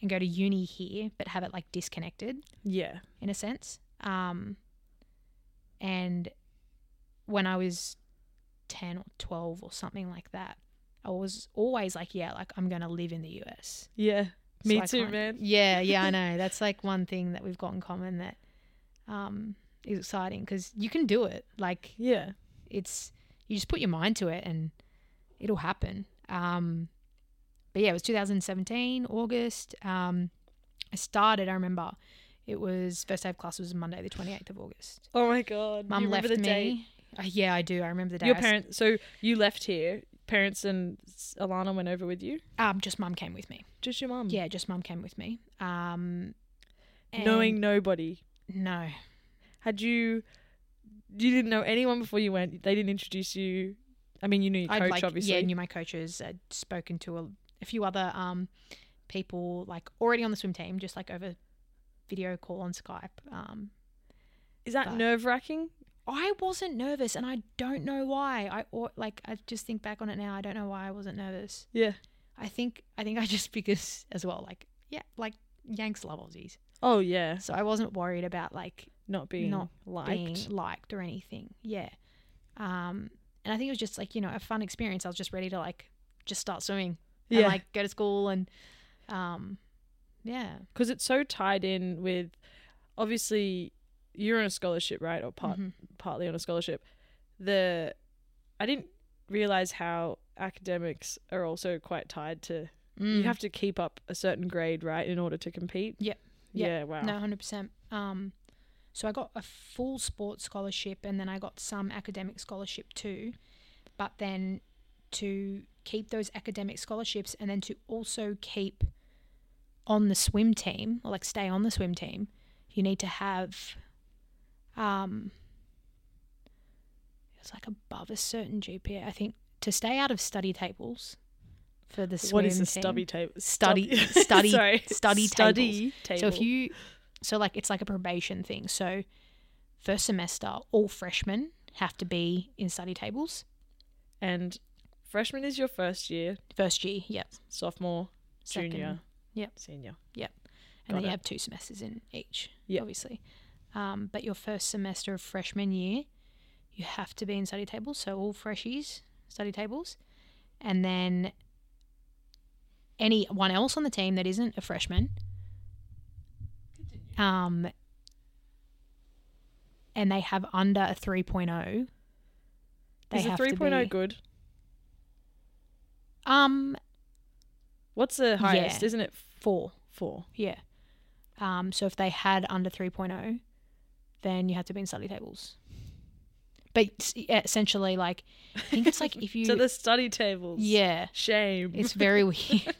[SPEAKER 2] and go to uni here, but have it like disconnected
[SPEAKER 1] Yeah.
[SPEAKER 2] in a sense. Um, and when I was 10 or 12 or something like that, I was always like, yeah, like I'm going to live in the US.
[SPEAKER 1] Yeah.
[SPEAKER 2] So
[SPEAKER 1] Me
[SPEAKER 2] I
[SPEAKER 1] too,
[SPEAKER 2] can't-
[SPEAKER 1] man.
[SPEAKER 2] Yeah, yeah, I know. That's like one thing that we've got in common that um, is exciting because you can do it. Like,
[SPEAKER 1] Yeah.
[SPEAKER 2] it's you just put your mind to it and it'll happen. Um, but yeah, it was 2017 August. Um, I started. I remember it was first day of class was Monday the 28th of August.
[SPEAKER 1] Oh my god. Do
[SPEAKER 2] Mum
[SPEAKER 1] you remember
[SPEAKER 2] left
[SPEAKER 1] the
[SPEAKER 2] me.
[SPEAKER 1] day?
[SPEAKER 2] Uh, yeah, I do. I remember the day.
[SPEAKER 1] Your
[SPEAKER 2] I s-
[SPEAKER 1] parents. So you left here. Parents and S- Alana went over with you.
[SPEAKER 2] Um, just mum came with me.
[SPEAKER 1] Just your mum.
[SPEAKER 2] Yeah, just mum came with me. Um, and-
[SPEAKER 1] Knowing nobody.
[SPEAKER 2] no,
[SPEAKER 1] Had you? You didn't know anyone before you went. They didn't introduce you. I mean, you knew your coach,
[SPEAKER 2] I'd like
[SPEAKER 1] obviously.
[SPEAKER 2] yeah, knew my coaches. I'd spoken to a, a few other um people like already on the swim team, just like over video call on Skype. Um,
[SPEAKER 1] Is that
[SPEAKER 2] but-
[SPEAKER 1] nerve wracking?
[SPEAKER 2] I wasn't nervous, and I don't know why. I or like I just think back on it now. I don't know why I wasn't nervous.
[SPEAKER 1] Yeah.
[SPEAKER 2] I think I think I just because as well. Like yeah, like Yanks love Aussies,
[SPEAKER 1] Oh yeah,
[SPEAKER 2] so I wasn't worried about like
[SPEAKER 1] not being
[SPEAKER 2] Not
[SPEAKER 1] liked.
[SPEAKER 2] being liked or anything. Yeah. Um, and I think it was just like you know a fun experience. I was just ready to like just start swimming. and,
[SPEAKER 1] yeah,
[SPEAKER 2] like go to school and um, yeah.
[SPEAKER 1] because it's so tied in with obviously you're on a scholarship, right, or part
[SPEAKER 2] Mhm.
[SPEAKER 1] partly on a scholarship. The I didn't realize how academics are also quite tied to. You
[SPEAKER 2] Mm.
[SPEAKER 1] have to keep up a certain grade, right, in order to compete.
[SPEAKER 2] Yep. Yep.
[SPEAKER 1] Yeah. Wow.
[SPEAKER 2] No, hundred percent. Um, so I got a full sports scholarship, and then I got some academic scholarship too. But then to keep those academic scholarships, and then to also keep on the swim team, or like stay on the swim team, you need to have, um, it's like above a certain GPA. I think to stay out of study tables for the
[SPEAKER 1] What
[SPEAKER 2] swim
[SPEAKER 1] is the
[SPEAKER 2] team.
[SPEAKER 1] stubby table?
[SPEAKER 2] Study- study-
[SPEAKER 1] Sorry.
[SPEAKER 2] study
[SPEAKER 1] study table.
[SPEAKER 2] So if you, so like it's like a probation thing. So first semester, all freshmen have to be in study tables.
[SPEAKER 1] and freshman is your first year,
[SPEAKER 2] First year, yep.
[SPEAKER 1] sophomore,
[SPEAKER 2] Second,
[SPEAKER 1] junior,
[SPEAKER 2] yep.
[SPEAKER 1] senior.
[SPEAKER 2] and
[SPEAKER 1] got
[SPEAKER 2] then
[SPEAKER 1] it.
[SPEAKER 2] you have two semesters in each.
[SPEAKER 1] Yep.
[SPEAKER 2] obviously. Um, but your first semester of freshman year, you have to be in study tables. So all freshies study tables, and then anyone else on the team that isn't a freshman. Um, and they have under a 3.0. They
[SPEAKER 1] Is a
[SPEAKER 2] have
[SPEAKER 1] three oh
[SPEAKER 2] to be,
[SPEAKER 1] good?
[SPEAKER 2] um
[SPEAKER 1] What's the highest? Isn't it
[SPEAKER 2] four.
[SPEAKER 1] four?
[SPEAKER 2] Yeah. Um, so if they had under 3.0, then you had to be in study tables. But s- yeah, essentially, like, I think it's like if you.
[SPEAKER 1] to the study tables.
[SPEAKER 2] yeah.
[SPEAKER 1] Shame.
[SPEAKER 2] It's very weird.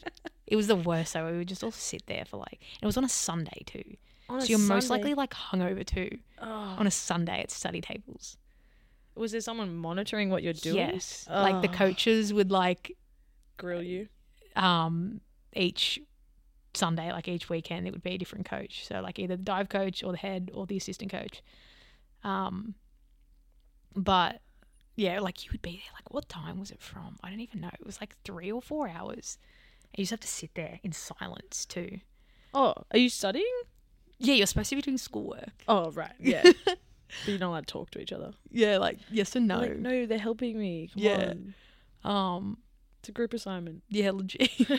[SPEAKER 2] it was the worst, though. We would just all sit there for like. And it was on a Sunday, too.
[SPEAKER 1] On
[SPEAKER 2] so
[SPEAKER 1] a
[SPEAKER 2] you're most
[SPEAKER 1] Sunday.
[SPEAKER 2] likely like hungover, too,
[SPEAKER 1] Oh.
[SPEAKER 2] on a Sunday at study tables.
[SPEAKER 1] Was there someone monitoring what you're doing?
[SPEAKER 2] Yes. Like, the
[SPEAKER 1] Oh.
[SPEAKER 2] coaches would like
[SPEAKER 1] Grill you.
[SPEAKER 2] um, each Sunday, like each weekend, it would be a different coach. So like either the dive coach or the head or the assistant coach. Um, but yeah, like you would be there. Like what time was it from? I don't even know. It was like three or four hours. And you just have to sit there in silence too.
[SPEAKER 1] Oh, are you studying?
[SPEAKER 2] Yeah, you're supposed to be doing schoolwork.
[SPEAKER 1] Oh, right. Yeah. but you're not allowed to talk to each other.
[SPEAKER 2] Yeah, like yes and
[SPEAKER 1] You're Like, no, they're helping me. Come
[SPEAKER 2] Yeah.
[SPEAKER 1] on.
[SPEAKER 2] Um,
[SPEAKER 1] It's a group assignment.
[SPEAKER 2] yeah, legit.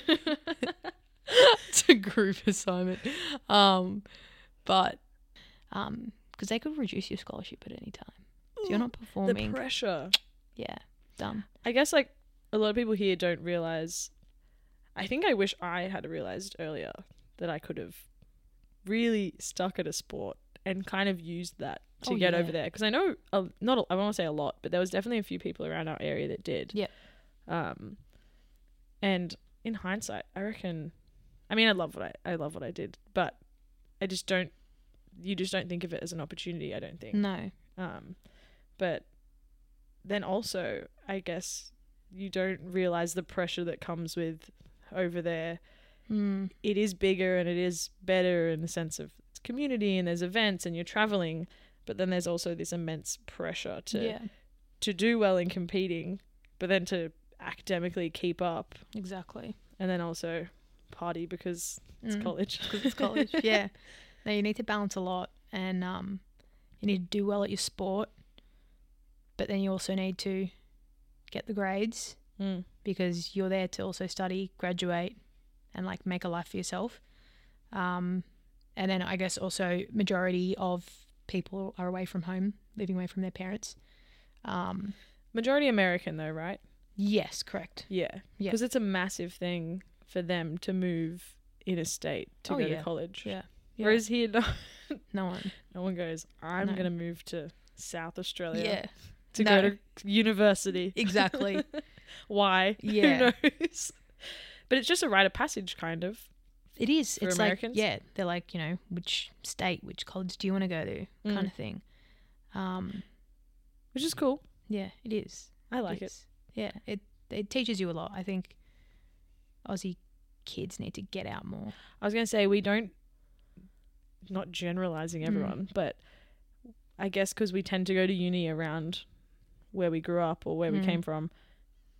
[SPEAKER 2] it's a group assignment. Um, but um, because they could reduce your scholarship at any time. So you're not
[SPEAKER 1] the
[SPEAKER 2] performing.
[SPEAKER 1] pressure.
[SPEAKER 2] yeah, dumb.
[SPEAKER 1] I guess like a lot of people here don't realize. I think I wish I had realized earlier that I could have really stuck at a sport and kind of used that to
[SPEAKER 2] Oh,
[SPEAKER 1] get
[SPEAKER 2] yeah.
[SPEAKER 1] over there. Because I know a, not a, I want to say a lot, but there was definitely a few people around our area that did.
[SPEAKER 2] Yep.
[SPEAKER 1] Um, and in hindsight, I reckon. I mean, I love what I I love what I did, but I just don't. You just don't think of it as an opportunity. I don't think.
[SPEAKER 2] No.
[SPEAKER 1] Um, but then also, I guess you don't realize the pressure that comes with over there.
[SPEAKER 2] Mm.
[SPEAKER 1] It is bigger and it is better in the sense of it's community and there's events and you're traveling, but then there's also this immense pressure to
[SPEAKER 2] Yeah,
[SPEAKER 1] to do well in competing, but then to academically keep up
[SPEAKER 2] exactly.
[SPEAKER 1] and then also party because it's
[SPEAKER 2] Mm.
[SPEAKER 1] college.
[SPEAKER 2] 'Cause it's college. yeah. No, you need to balance a lot, and um, you need to do well at your sport, but then you also need to get the grades
[SPEAKER 1] Mm.
[SPEAKER 2] because you're there to also study, graduate, and like make a life for yourself. Um, and then I guess also majority of people are away from home, living away from their parents. Um,
[SPEAKER 1] Majority American though, right?
[SPEAKER 2] yes, correct.
[SPEAKER 1] Yeah.
[SPEAKER 2] Yeah.
[SPEAKER 1] Because it's a massive thing for them to move in a state to
[SPEAKER 2] Oh,
[SPEAKER 1] go
[SPEAKER 2] yeah.
[SPEAKER 1] to college.
[SPEAKER 2] Yeah. Yeah.
[SPEAKER 1] Whereas here, no,
[SPEAKER 2] No one.
[SPEAKER 1] no one goes, I'm
[SPEAKER 2] No.
[SPEAKER 1] going to move to South Australia
[SPEAKER 2] Yeah,
[SPEAKER 1] to go
[SPEAKER 2] No.
[SPEAKER 1] to university.
[SPEAKER 2] exactly.
[SPEAKER 1] Why?
[SPEAKER 2] Yeah.
[SPEAKER 1] Who knows? But it's just a rite of passage, kind of.
[SPEAKER 2] it is.
[SPEAKER 1] For
[SPEAKER 2] it's
[SPEAKER 1] Americans?
[SPEAKER 2] like yeah, they're like you know which state, which college do you want to go to, kind
[SPEAKER 1] Mm.
[SPEAKER 2] of thing. Um,
[SPEAKER 1] Which is cool.
[SPEAKER 2] yeah, it is.
[SPEAKER 1] I like it.
[SPEAKER 2] It's- Yeah, it it teaches you a lot. I think Aussie kids need to get out more.
[SPEAKER 1] I was going to say, we don't, not generalizing
[SPEAKER 2] Mm.
[SPEAKER 1] everyone, but I guess because we tend to go to uni around where we grew up or where we
[SPEAKER 2] Mm.
[SPEAKER 1] came from,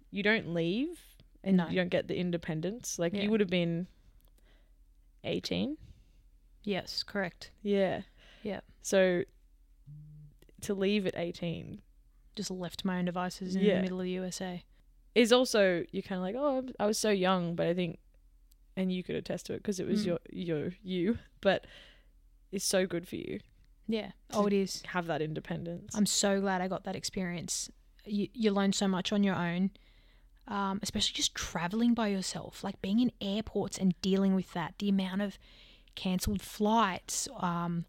[SPEAKER 1] you don't leave and
[SPEAKER 2] No.
[SPEAKER 1] you don't get the independence. Like
[SPEAKER 2] Yeah.
[SPEAKER 1] you would have been 18.
[SPEAKER 2] Yes, correct.
[SPEAKER 1] Yeah.
[SPEAKER 2] Yeah.
[SPEAKER 1] So to leave at 18
[SPEAKER 2] Just left my own devices in
[SPEAKER 1] Yeah.
[SPEAKER 2] the middle of the USA.
[SPEAKER 1] is also, you're kind of like, oh, I'm- I was so young, but I think, and you could attest to it because it was
[SPEAKER 2] Mm.
[SPEAKER 1] your, your, you, but it's so good for you
[SPEAKER 2] Yeah. Oh, it is.
[SPEAKER 1] to have that independence.
[SPEAKER 2] I'm so glad I got that experience. You, you learn so much on your own, um, especially just traveling by yourself, like being in airports and dealing with that, the amount of cancelled flights, um,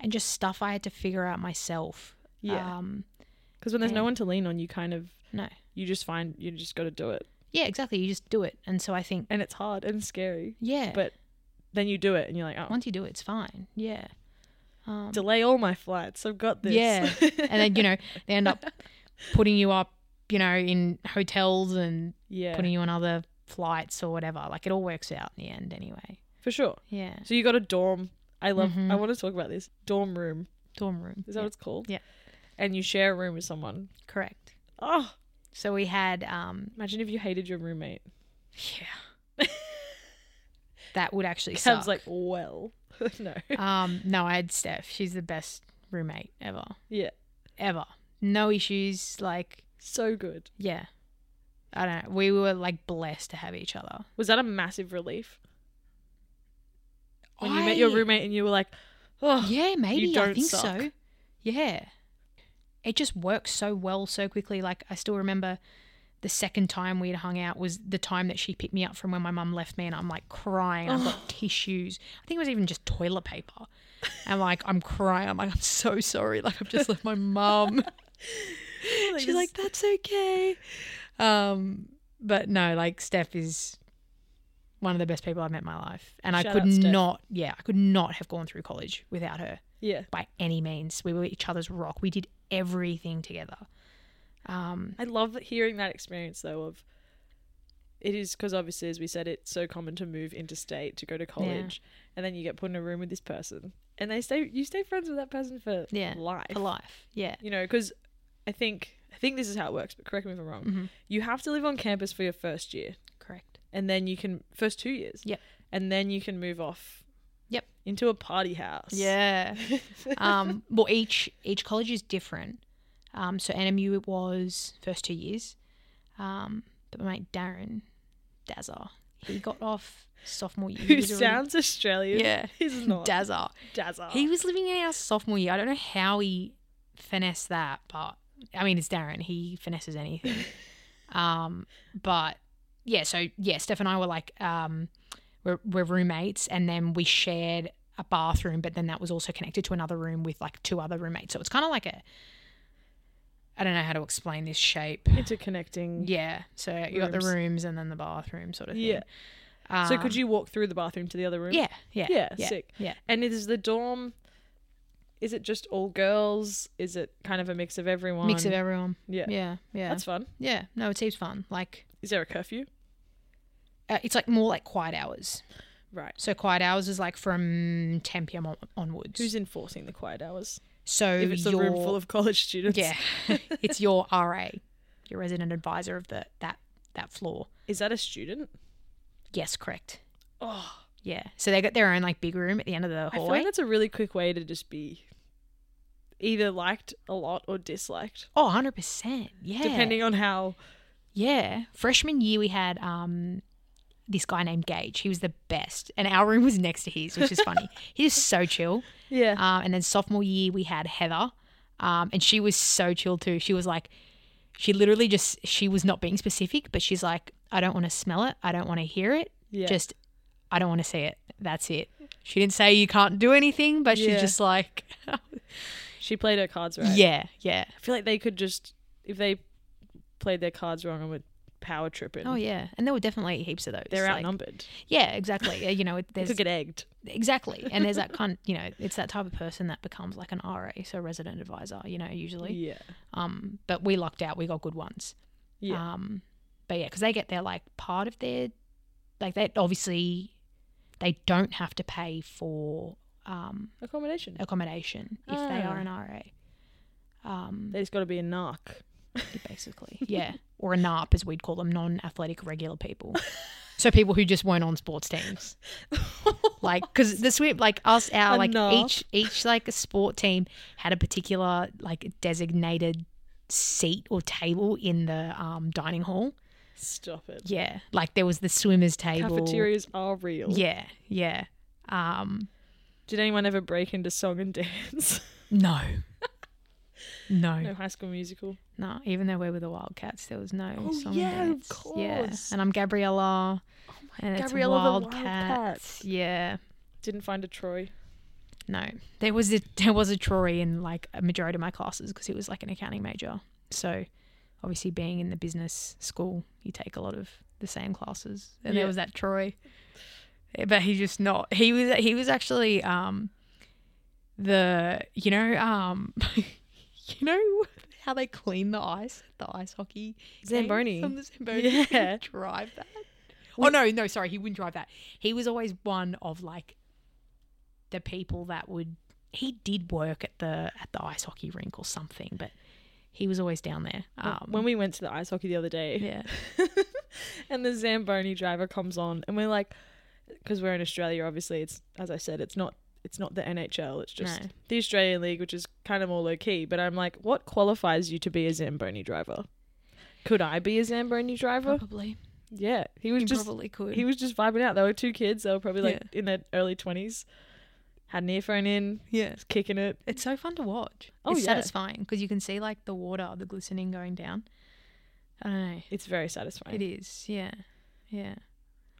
[SPEAKER 2] and just stuff I had to figure out myself.
[SPEAKER 1] yeah.
[SPEAKER 2] Um,
[SPEAKER 1] Because when there's no
[SPEAKER 2] and-
[SPEAKER 1] one to lean on, you kind of,
[SPEAKER 2] no.
[SPEAKER 1] you just find, you just got to do it.
[SPEAKER 2] Yeah, exactly. You just do it. And so I think,
[SPEAKER 1] And it's hard and scary.
[SPEAKER 2] yeah,
[SPEAKER 1] But Then you do it and you're like, oh,
[SPEAKER 2] once you do it, it's fine. Yeah. Um,
[SPEAKER 1] delay all my flights. I've got this.
[SPEAKER 2] Yeah. and then, you know, they end up putting you up, you know, in hotels and
[SPEAKER 1] yeah.
[SPEAKER 2] putting you on other flights or whatever. Like it all works out in the end anyway.
[SPEAKER 1] for sure.
[SPEAKER 2] Yeah.
[SPEAKER 1] So you got a dorm. I love.
[SPEAKER 2] Mhm.
[SPEAKER 1] I want to talk about this dorm room.
[SPEAKER 2] Dorm room.
[SPEAKER 1] Is that
[SPEAKER 2] Yeah.
[SPEAKER 1] what it's called?
[SPEAKER 2] Yeah.
[SPEAKER 1] And you share a room with someone.
[SPEAKER 2] Correct.
[SPEAKER 1] Oh,
[SPEAKER 2] So we had um
[SPEAKER 1] imagine if you hated your roommate.
[SPEAKER 2] yeah. that would actually
[SPEAKER 1] Sounds
[SPEAKER 2] suck.
[SPEAKER 1] like well, no.
[SPEAKER 2] um no, I had Steph. She's the best roommate ever.
[SPEAKER 1] Yeah.
[SPEAKER 2] Ever. No issues like
[SPEAKER 1] So good.
[SPEAKER 2] yeah. I don't know. We were like blessed to have each other.
[SPEAKER 1] Was that a massive relief when you met your
[SPEAKER 2] I-
[SPEAKER 1] roommate and you were like, oh,
[SPEAKER 2] Yeah, maybe I
[SPEAKER 1] don't
[SPEAKER 2] think
[SPEAKER 1] suck.
[SPEAKER 2] so. Yeah. It just works so well so quickly. Like I still remember the second time we'd hung out was the time that she picked me up from when my mum left me and I'm like crying. I've
[SPEAKER 1] Oh.
[SPEAKER 2] got tissues. I think it was even just toilet paper. And like I'm crying. I'm like, I'm so sorry. Like I've just left my mum.
[SPEAKER 1] like,
[SPEAKER 2] She's like, that's okay. Um, but no, like Steph is one of the best people I've met in my life. And I
[SPEAKER 1] Shout
[SPEAKER 2] could
[SPEAKER 1] out, Steph.
[SPEAKER 2] not yeah, I could not have gone through college without her
[SPEAKER 1] yeah.
[SPEAKER 2] by any means. We were each other's rock. We did everything together. Um,
[SPEAKER 1] I love hearing that experience though of it is because obviously as we said it's so common to move interstate to go to college and then you get put in a room with this person and they stay you stay friends with that person for
[SPEAKER 2] Yeah,
[SPEAKER 1] life
[SPEAKER 2] for life. Yeah.
[SPEAKER 1] you know because I think I think this is how it works but correct me if I'm wrong
[SPEAKER 2] Mhm.
[SPEAKER 1] you have to live on campus for your first year
[SPEAKER 2] Correct.
[SPEAKER 1] and then you can first two years
[SPEAKER 2] Yep.
[SPEAKER 1] and then you can move off
[SPEAKER 2] Yep.
[SPEAKER 1] into a party house
[SPEAKER 2] Yeah. um, well, each each college is different. Um, so NMU it was first two years, um, but my mate Darren Dazza, he got off sophomore year. He
[SPEAKER 1] who
[SPEAKER 2] was already-
[SPEAKER 1] sounds Australian
[SPEAKER 2] Yeah.
[SPEAKER 1] he's not
[SPEAKER 2] Dazza.
[SPEAKER 1] Dazza
[SPEAKER 2] He was living in our sophomore year. I don't know how he finessed that, but I mean, it's Darren. He finesses anything. um, but yeah, so yeah, Steph and I were like, um, we're, we're roommates, and then we shared a bathroom, but then that was also connected to another room with like two other roommates. So it's kind of like a, I don't know how to explain this shape.
[SPEAKER 1] interconnecting
[SPEAKER 2] Yeah, so you got the
[SPEAKER 1] Rooms.
[SPEAKER 2] rooms and then the bathroom sort of thing.
[SPEAKER 1] Yeah. so
[SPEAKER 2] Um,
[SPEAKER 1] could you walk through the bathroom to the other room
[SPEAKER 2] Yeah, yeah,
[SPEAKER 1] Yeah, sick.
[SPEAKER 2] yeah.
[SPEAKER 1] And is the dorm? Is it just all girls? Is it kind of a mix of everyone?
[SPEAKER 2] Mix of everyone.
[SPEAKER 1] Yeah.
[SPEAKER 2] Yeah, yeah.
[SPEAKER 1] That's fun.
[SPEAKER 2] Yeah, no, it seems fun. Like
[SPEAKER 1] Is there a curfew?
[SPEAKER 2] uh, it's like more like quiet hours.
[SPEAKER 1] Right.
[SPEAKER 2] So quiet hours is like from 10 p.m. On- onwards.
[SPEAKER 1] Who's enforcing the quiet hours?
[SPEAKER 2] so
[SPEAKER 1] If it's a
[SPEAKER 2] your,
[SPEAKER 1] room full of college students.
[SPEAKER 2] yeah, it's your RA, your resident advisor of the that that floor.
[SPEAKER 1] Is that a student?
[SPEAKER 2] Yes, correct.
[SPEAKER 1] Oh,
[SPEAKER 2] Yeah. So they got their own like big room at the end of the
[SPEAKER 1] I feel like
[SPEAKER 2] hallway.
[SPEAKER 1] that's a really quick way to just be either liked a lot or disliked,
[SPEAKER 2] Oh, 100%. Yeah.
[SPEAKER 1] depending on how.
[SPEAKER 2] Yeah. Freshman year, we had um, this guy named Gage. He was the best. And our room was next to his, which is funny. he was so chill.
[SPEAKER 1] Yeah.
[SPEAKER 2] Um, and then sophomore year, we had Heather, um, and she was so chill too. She was like, she literally just, she was not being specific, but she's like, I don't want to smell it. I don't want to hear it.
[SPEAKER 1] yeah.
[SPEAKER 2] Just, I don't want to see it. That's it. She didn't say you can't do anything, but
[SPEAKER 1] Yeah.
[SPEAKER 2] she's just like,
[SPEAKER 1] she played her cards right.
[SPEAKER 2] yeah, yeah.
[SPEAKER 1] I feel like they could just if they played their cards wrong and were power tripping.
[SPEAKER 2] Oh, yeah. And there were definitely heaps of those.
[SPEAKER 1] They're
[SPEAKER 2] like-
[SPEAKER 1] outnumbered.
[SPEAKER 2] Yeah, exactly. Uh, You know, it,
[SPEAKER 1] They
[SPEAKER 2] there's
[SPEAKER 1] could get egged.
[SPEAKER 2] exactly. And there's that kind you know, it's that type of person that becomes like an RA, so resident advisor, you know, usually.
[SPEAKER 1] Yeah.
[SPEAKER 2] Um, but we lucked out. We got good ones.
[SPEAKER 1] Yeah.
[SPEAKER 2] Um, but yeah, because they get their like part of their, like they obviously, they don't have to pay for um,
[SPEAKER 1] Accommodation.
[SPEAKER 2] accommodation if they
[SPEAKER 1] Ah.
[SPEAKER 2] are an RA. Um,
[SPEAKER 1] There's got to be a narc.
[SPEAKER 2] basically. Yeah. Or a NARP, as we'd call them, non athletic regular people. So people who just weren't on sports teams. Like, because the sweep, like us, our,
[SPEAKER 1] A
[SPEAKER 2] like
[SPEAKER 1] NARP.
[SPEAKER 2] each, each, like a sport team had a particular, like, designated seat or table in the um, dining hall.
[SPEAKER 1] Stop it.
[SPEAKER 2] Yeah. Like, there was the swimmers table.
[SPEAKER 1] Cafeterias are real.
[SPEAKER 2] Yeah. Yeah. Um,
[SPEAKER 1] Did anyone ever break into song and dance?
[SPEAKER 2] no. no.
[SPEAKER 1] no High School Musical.
[SPEAKER 2] No, even though we're with the Wildcats, there was no
[SPEAKER 1] Oh,
[SPEAKER 2] song
[SPEAKER 1] yeah, of
[SPEAKER 2] and dance. Yeah,
[SPEAKER 1] course.
[SPEAKER 2] and I'm Gabriella.
[SPEAKER 1] Oh
[SPEAKER 2] and
[SPEAKER 1] Gabriella the
[SPEAKER 2] it's Wildcats.
[SPEAKER 1] Wildcats.
[SPEAKER 2] Yeah,
[SPEAKER 1] Didn't find a Troy.
[SPEAKER 2] no, there was a there was a Troy in like a majority of my classes because he was like an accounting major. So obviously, being in the business school, you take a lot of the same classes, and
[SPEAKER 1] Yeah.
[SPEAKER 2] there was that Troy. Eh, But he just not. He was he was actually um the you know um you know how they clean the ice the ice hockey games on
[SPEAKER 1] Zamboni.
[SPEAKER 2] the Zamboni.
[SPEAKER 1] Yeah.
[SPEAKER 2] Yeah. drive that. Oh no, no, sorry, he wouldn't drive that. He was always one of like the people that would he did work at the at the ice hockey rink or something, but he was always down there. Um
[SPEAKER 1] when we went to the ice hockey the other day,
[SPEAKER 2] yeah.
[SPEAKER 1] and the Zamboni driver comes on, and we're like, because we're in Australia, obviously, it's as I said, it's not it's not the NHL, it's just
[SPEAKER 2] No.
[SPEAKER 1] the Australian League, which is kind of more low key. But I'm like, what qualifies you to be a Zamboni driver? Could I be a Zamboni driver?
[SPEAKER 2] Probably.
[SPEAKER 1] Yeah, he was
[SPEAKER 2] He
[SPEAKER 1] just
[SPEAKER 2] probably could.
[SPEAKER 1] he was just vibing out. There were two kids, they were probably like in their early twenties, had an earphone in,
[SPEAKER 2] yeah.
[SPEAKER 1] was kicking it.
[SPEAKER 2] It's so fun to watch.
[SPEAKER 1] Oh,
[SPEAKER 2] it's
[SPEAKER 1] yeah.
[SPEAKER 2] satisfying because you can see like the water, the glistening going down. I don't know.
[SPEAKER 1] It's very satisfying.
[SPEAKER 2] It is, yeah. Yeah.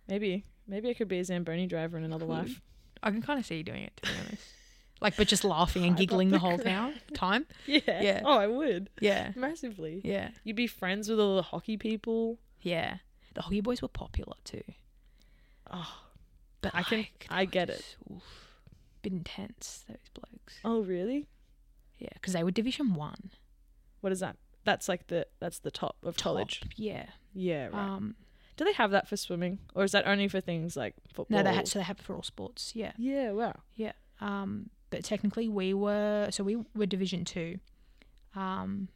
[SPEAKER 1] Maybe maybe I could be a Zamboni driver in another
[SPEAKER 2] Could.
[SPEAKER 1] life.
[SPEAKER 2] I can kind of see you doing it to be honest. Like, but just laughing and
[SPEAKER 1] I got
[SPEAKER 2] giggling
[SPEAKER 1] the
[SPEAKER 2] the whole
[SPEAKER 1] cra-
[SPEAKER 2] now time.
[SPEAKER 1] Yeah.
[SPEAKER 2] Yeah.
[SPEAKER 1] Oh, I would
[SPEAKER 2] Yeah,
[SPEAKER 1] massively.
[SPEAKER 2] yeah,
[SPEAKER 1] You'd be friends with all the hockey people.
[SPEAKER 2] yeah. The Hoggy Boys were popular too,
[SPEAKER 1] Oh,
[SPEAKER 2] but
[SPEAKER 1] I can-
[SPEAKER 2] like,
[SPEAKER 1] I
[SPEAKER 2] they
[SPEAKER 1] get
[SPEAKER 2] were
[SPEAKER 1] it.
[SPEAKER 2] just- oof, bit intense those blokes.
[SPEAKER 1] oh really?
[SPEAKER 2] Yeah, because they were Division One.
[SPEAKER 1] What is that? That's like the that's the top of college.
[SPEAKER 2] Top, Yeah.
[SPEAKER 1] Yeah, right.
[SPEAKER 2] Um.
[SPEAKER 1] Do they have that for swimming, or is that only for things like football?
[SPEAKER 2] No, they had so they have it for all sports. Yeah.
[SPEAKER 1] Yeah, wow.
[SPEAKER 2] Um. But technically, we were so we were Division Two. Um.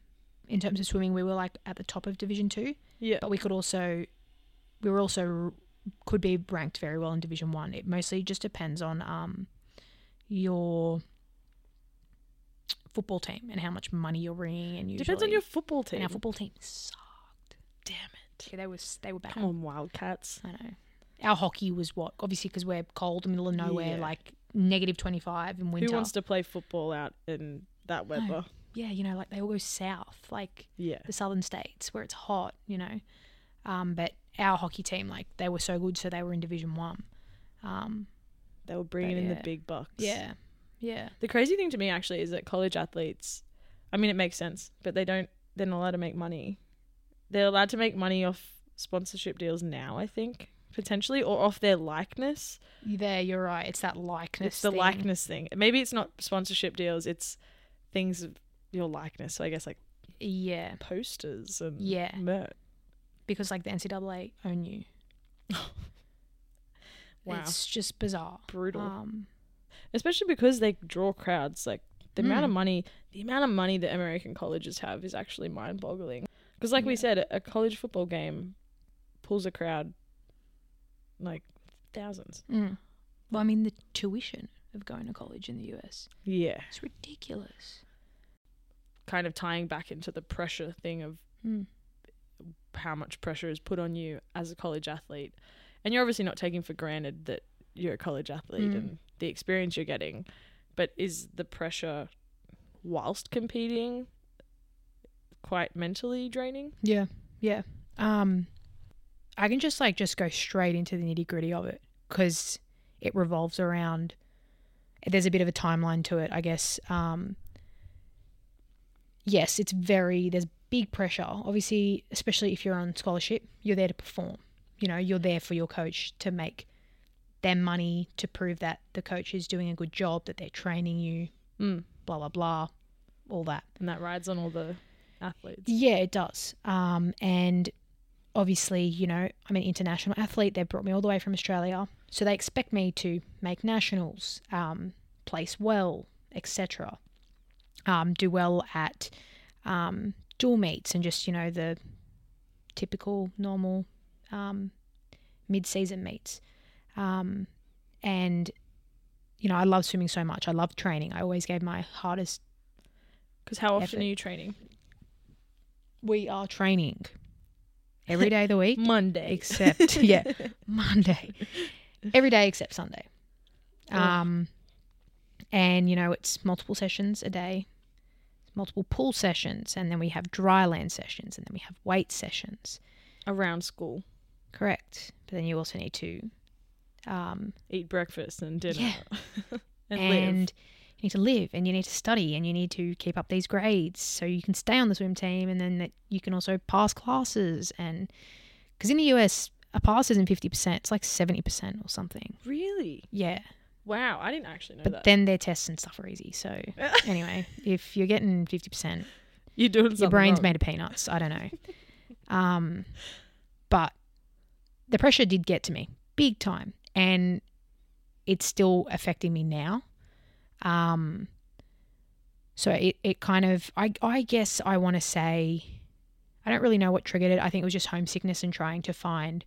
[SPEAKER 2] In terms of swimming, we were like at the top of Division Two.
[SPEAKER 1] Yeah,
[SPEAKER 2] but we could also we were also could be ranked very well in division one it mostly just depends on um your football team and how much money you're bringing and usually
[SPEAKER 1] depends on your football team.
[SPEAKER 2] and our football team sucked
[SPEAKER 1] Damn
[SPEAKER 2] yeah, they were they were bad
[SPEAKER 1] Come on, Wildcats.
[SPEAKER 2] i know our hockey was what obviously because we're cold middle of
[SPEAKER 1] Yeah.
[SPEAKER 2] nowhere like negative 25 in winter
[SPEAKER 1] Who wants to play football out in that weather?
[SPEAKER 2] yeah you know like they all go south like
[SPEAKER 1] Yeah,
[SPEAKER 2] the southern states where it's hot, you know. Um, but our hockey team, like they were so good, so they were in Division One. Um,
[SPEAKER 1] they were bringing in the
[SPEAKER 2] yeah.
[SPEAKER 1] big bucks.
[SPEAKER 2] yeah, yeah,
[SPEAKER 1] The crazy thing to me actually is that college athletes, I mean, it makes sense, but they don't. They're not allowed to make money. They're allowed to make money off sponsorship deals now, I think, potentially, or off their likeness.
[SPEAKER 2] there you're right. It's that likeness.
[SPEAKER 1] it's the
[SPEAKER 2] thing.
[SPEAKER 1] likeness thing. Maybe it's not sponsorship deals. It's things of your likeness. So I guess like
[SPEAKER 2] Yeah,
[SPEAKER 1] posters and
[SPEAKER 2] yeah,
[SPEAKER 1] merch.
[SPEAKER 2] because like the NCAA own you.
[SPEAKER 1] Wow.
[SPEAKER 2] It's just bizarre.
[SPEAKER 1] Brutal.
[SPEAKER 2] Um,
[SPEAKER 1] Especially because they draw crowds. Like the amount of
[SPEAKER 2] Mm.
[SPEAKER 1] money, the amount of money that American colleges have is actually mind-boggling. Because like we
[SPEAKER 2] Yeah.
[SPEAKER 1] said, a- a college football game pulls a crowd like thousands.
[SPEAKER 2] mm. Well, I mean the tuition of going to college in the US.
[SPEAKER 1] Yeah,
[SPEAKER 2] It's ridiculous.
[SPEAKER 1] kind of tying back into the pressure thing of
[SPEAKER 2] Mm.
[SPEAKER 1] how much pressure is put on you as a college athlete. And you're obviously not taking for granted that you're a college athlete
[SPEAKER 2] Mm.
[SPEAKER 1] and the experience you're getting. But is the pressure whilst competing quite mentally draining?
[SPEAKER 2] Yeah, yeah. Um, I can just like just go straight into the nitty gritty of it because it revolves around. There's a bit of a timeline to it, I guess. Um, yes, it's very there's big pressure. Obviously, especially if you're on scholarship, you're there to perform. You know, you're there for your coach to make their money to prove that the coach is doing a good job, that they're training you,
[SPEAKER 1] Mm.
[SPEAKER 2] blah blah blah, all that.
[SPEAKER 1] And that rides on all the athletes.
[SPEAKER 2] Yeah, it does. Um, and obviously, you know, I'm an international athlete. They've brought me all the way from Australia, so they expect me to make nationals, um, place well, etc. um, do well at um, dual meets and just you know the typical normal um, mid-season meets. Um, and you know, I love swimming so much. I love training. I always gave my hardest.
[SPEAKER 1] Because how often
[SPEAKER 2] Effort.
[SPEAKER 1] are you training?
[SPEAKER 2] We are training every day of the week.
[SPEAKER 1] Monday.
[SPEAKER 2] except yeah monday every day except sunday
[SPEAKER 1] Ugh.
[SPEAKER 2] um and you know it's multiple sessions a day multiple pool sessions and then we have dry land sessions and then we have weight sessions
[SPEAKER 1] Around school.
[SPEAKER 2] correct but then you also need to um
[SPEAKER 1] Eat breakfast and dinner. and,
[SPEAKER 2] and,
[SPEAKER 1] live.
[SPEAKER 2] you need to live and you need to study and you need to keep up these grades so you can stay on the swim team and then that you can also pass classes and because in the us a pass isn't 50% it's like 70% or something
[SPEAKER 1] Really?
[SPEAKER 2] yeah
[SPEAKER 1] Wow. I didn't actually know
[SPEAKER 2] but
[SPEAKER 1] that.
[SPEAKER 2] then their tests and stuff are easy so anyway if you're getting 50%
[SPEAKER 1] You're doing something
[SPEAKER 2] your brain's
[SPEAKER 1] wrong.
[SPEAKER 2] made of peanuts i don't know um but the pressure did get to me big time and it's still affecting me now um so it, it kind of i i guess i want to say i don't really know what triggered it i think it was just homesickness and trying to find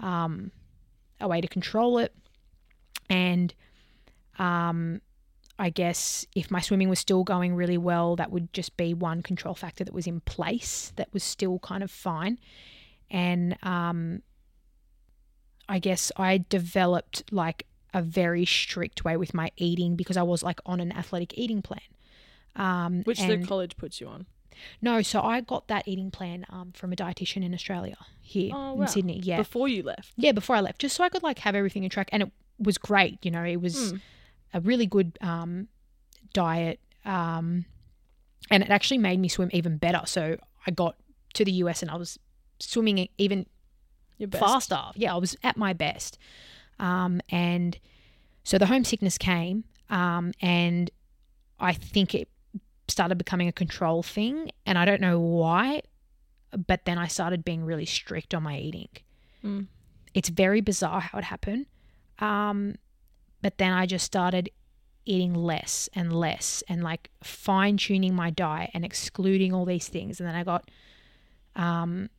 [SPEAKER 2] um a way to control it and um I guess if my swimming was still going really well, that would just be one control factor that was in place that was still kind of fine. And um, I guess I developed like a very strict way with my eating because I was like on an athletic eating plan. Um,
[SPEAKER 1] Which
[SPEAKER 2] and-
[SPEAKER 1] the college puts you on.
[SPEAKER 2] no, so I got that eating plan um, from a dietitian in Australia here
[SPEAKER 1] Oh,
[SPEAKER 2] in
[SPEAKER 1] wow.
[SPEAKER 2] Sydney. Yeah,
[SPEAKER 1] Before you left.
[SPEAKER 2] yeah, before I left, just so I could like have everything in track, and it was great. You know, it was
[SPEAKER 1] Hmm.
[SPEAKER 2] a really good um, diet, um, and it actually made me swim even better. So I got to the US and I was swimming even
[SPEAKER 1] Your best.
[SPEAKER 2] faster. Yeah, I was at my best. Um, and so the homesickness came, um, and I think it started becoming a control thing, and I don't know why, but then I started being really strict on my eating.
[SPEAKER 1] Mm.
[SPEAKER 2] It's very bizarre how it happened. Um, but then I just started eating less and less and like fine tuning my diet and excluding all these things. And then I got, um,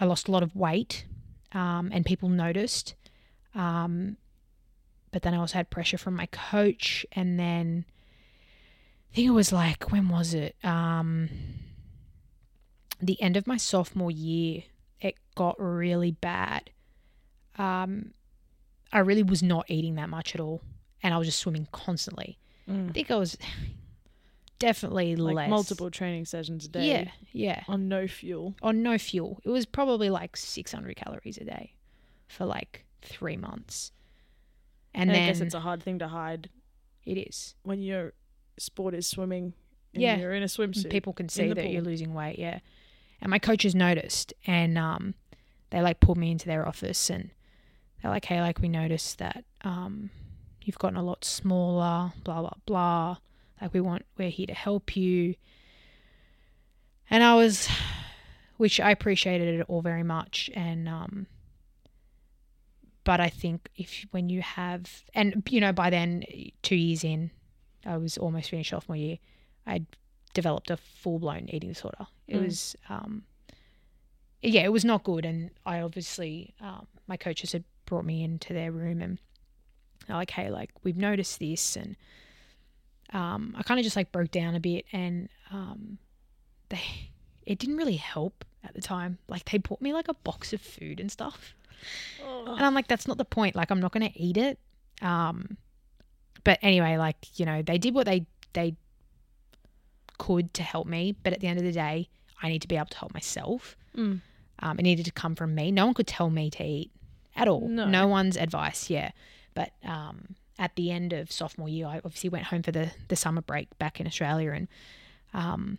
[SPEAKER 2] I lost a lot of weight um, and people noticed. Um, but then I also had pressure from my coach. And then I think it was like, when was it? Um, the end of my sophomore year, it got really bad. Um, I really was not eating that much at all. And I was just swimming constantly. I
[SPEAKER 1] Mm.
[SPEAKER 2] think I was definitely
[SPEAKER 1] Like
[SPEAKER 2] less.
[SPEAKER 1] multiple training sessions a day
[SPEAKER 2] Yeah, yeah
[SPEAKER 1] on no fuel.
[SPEAKER 2] on no fuel. It was probably like 600 calories a day for like three months.
[SPEAKER 1] And,
[SPEAKER 2] And, then
[SPEAKER 1] I guess it's a hard thing to hide
[SPEAKER 2] it is.
[SPEAKER 1] when your sport is swimming and
[SPEAKER 2] Yeah.
[SPEAKER 1] you're in a
[SPEAKER 2] And
[SPEAKER 1] swimsuit.
[SPEAKER 2] People can see
[SPEAKER 1] the
[SPEAKER 2] that you're
[SPEAKER 1] pool.
[SPEAKER 2] losing weight. Yeah. And my coaches noticed and um, they like pulled me into their office and they're like, hey, like we noticed that um, you've gotten a lot smaller, blah, blah, blah. Like we want, we're here to help you. And I was, which I appreciated it all very much. And, um, but I think if when you have, and you know, by then, two years in, I was almost finished off my year. I'd developed a full blown eating disorder. It
[SPEAKER 1] Mm.
[SPEAKER 2] was, um, yeah, it was not good. And I obviously, um, my coaches had brought me into their room and they're like, hey, like we've noticed this, and um, I kind of just like broke down a bit, and um, they, it didn't really help at the time. Like they bought me like a box of food and stuff.
[SPEAKER 1] Oh.
[SPEAKER 2] And I'm like, that's not the point. Like, I'm not going to eat it. Um, but anyway, like, you know, they did what they, they could to help me. But at the end of the day, I need to be able to help myself.
[SPEAKER 1] Mm.
[SPEAKER 2] Um, it needed to come from me. No one could tell me to eat at all.
[SPEAKER 1] No.
[SPEAKER 2] one's advice, yeah. But um, at the end of sophomore year, I obviously went home for the, the summer break back in Australia and um,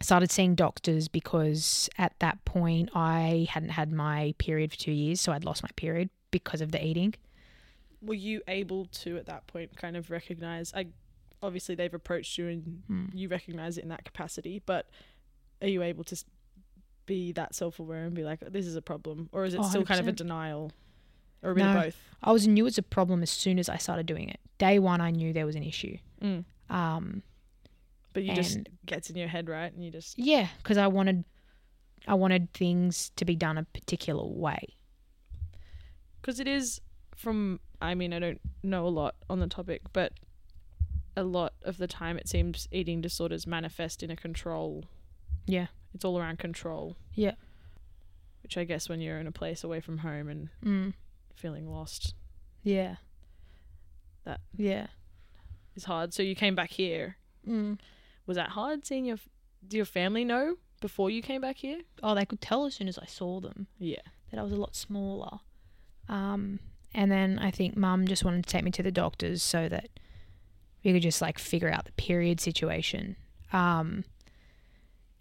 [SPEAKER 2] started seeing doctors because at that point I hadn't had my period for two years. So I'd lost my period because of the eating.
[SPEAKER 1] Were you able to at that point kind of recognize? I obviously they've approached you and
[SPEAKER 2] Mm.
[SPEAKER 1] you recognize it in that capacity, but are you able to s- be that self-aware and be like, "This is a problem," or is it
[SPEAKER 2] Oh,
[SPEAKER 1] still kind of a
[SPEAKER 2] 100%.
[SPEAKER 1] denial, or a bit
[SPEAKER 2] No.
[SPEAKER 1] of both?
[SPEAKER 2] I was knew it was a problem as soon as I started doing it. Day one, I knew there was an issue.
[SPEAKER 1] Mm.
[SPEAKER 2] Um,
[SPEAKER 1] But you just
[SPEAKER 2] And-
[SPEAKER 1] gets in your head, right? And you just
[SPEAKER 2] yeah, because I wanted, I wanted things to be done a particular way.
[SPEAKER 1] because it is from I mean I don't know a lot on the topic, but a lot of the time it seems eating disorders manifest in a control.
[SPEAKER 2] Yeah.
[SPEAKER 1] It's all around control.
[SPEAKER 2] Yeah.
[SPEAKER 1] Which I guess when you're in a place away from home and
[SPEAKER 2] Mm,
[SPEAKER 1] feeling lost
[SPEAKER 2] yeah.
[SPEAKER 1] That-
[SPEAKER 2] Yeah.
[SPEAKER 1] is hard. So you came back here.
[SPEAKER 2] Mm.
[SPEAKER 1] Was that hard seeing your do your family know before you came back here?
[SPEAKER 2] Oh, they could tell as soon as I saw them.
[SPEAKER 1] Yeah.
[SPEAKER 2] that I was a lot smaller. Um, and then I think mum just wanted to take me to the doctors so that we could just like figure out the period situation. Um,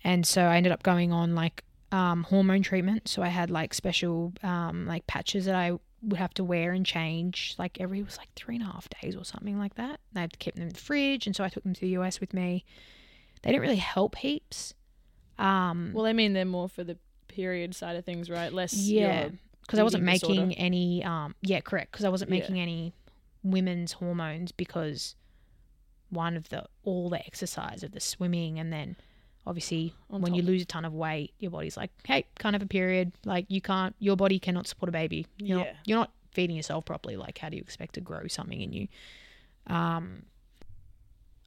[SPEAKER 2] and so I ended up going on like um, hormone treatment. So I had like special um, like patches that I would have to wear and change like every it was like three and a half days or something like that. And I had to keep them in the fridge, and so I took them to the US with me. They didn't really help heaps. Um,
[SPEAKER 1] Well, I mean they're more for the period side of things, right? Less
[SPEAKER 2] yeah
[SPEAKER 1] your-
[SPEAKER 2] because i wasn't
[SPEAKER 1] eating disorder.
[SPEAKER 2] making any um yeah correct because i wasn't
[SPEAKER 1] Yeah.
[SPEAKER 2] making any women's hormones because one of the all the exercise of the swimming and then obviously
[SPEAKER 1] On
[SPEAKER 2] when you
[SPEAKER 1] top.
[SPEAKER 2] lose a ton of weight your body's like hey can't have a period like you can't your body cannot support a baby you're, not,
[SPEAKER 1] Yeah.
[SPEAKER 2] you're not feeding yourself properly like how do you expect to grow something in you um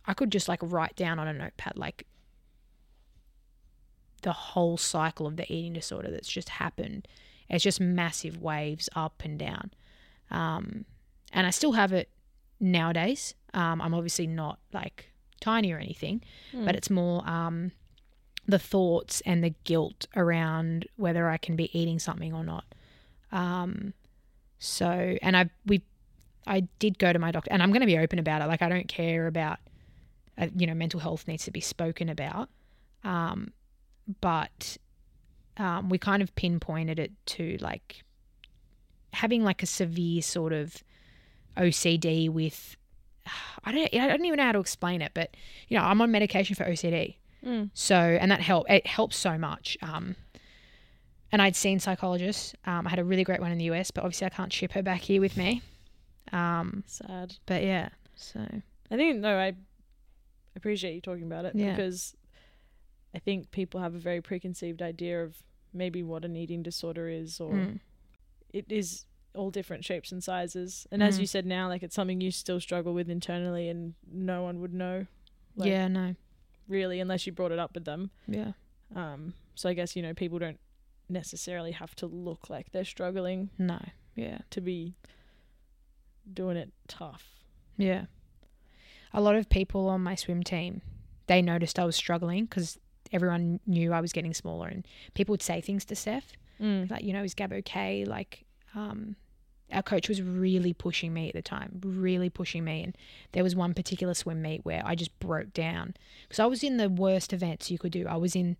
[SPEAKER 2] i could just like write down on a notepad like the whole cycle of the eating disorder that's just happened. It's just massive waves up and down. Um, and I still have it nowadays. Um, I'm obviously not like tiny or anything,
[SPEAKER 1] Mm.
[SPEAKER 2] but it's more um, the thoughts and the guilt around whether I can be eating something or not. Um, so, and I we I did go to my doctor, and I'm going to be open about it. Like I don't care about uh, you know mental health needs to be spoken about. Um, but um, we kind of pinpointed it to like having like a severe sort of OCD with I don't I don't even know how to explain it, but you know I'm on medication for OCD,
[SPEAKER 1] Mm.
[SPEAKER 2] so and that help it helps so much. Um, and I'd seen psychologists. Um, I had a really great one in the US, but obviously I can't ship her back here with me. Um,
[SPEAKER 1] sad.
[SPEAKER 2] but yeah, so
[SPEAKER 1] I think no, I appreciate you talking about it
[SPEAKER 2] Yeah.
[SPEAKER 1] because I think people have a very preconceived idea of maybe what an eating disorder is or
[SPEAKER 2] mm,
[SPEAKER 1] it is all different shapes and sizes. And as
[SPEAKER 2] Mhm.
[SPEAKER 1] you said now, like it's something you still struggle with internally and no one would know like-
[SPEAKER 2] yeah, no,
[SPEAKER 1] really unless you brought it up with them.
[SPEAKER 2] yeah,
[SPEAKER 1] Um so I guess, you know, people don't necessarily have to look like they're struggling
[SPEAKER 2] no, yeah.
[SPEAKER 1] to be doing it tough.
[SPEAKER 2] Yeah. A lot of people on my swim team, they noticed I was struggling because everyone knew I was getting smaller, and people would say things to Steph
[SPEAKER 1] Mm.
[SPEAKER 2] like, you know, is Gab okay? Like, um, our coach was really pushing me at the time, really pushing me. And there was one particular swim meet where I just broke down because I was in the worst events you could do. I was in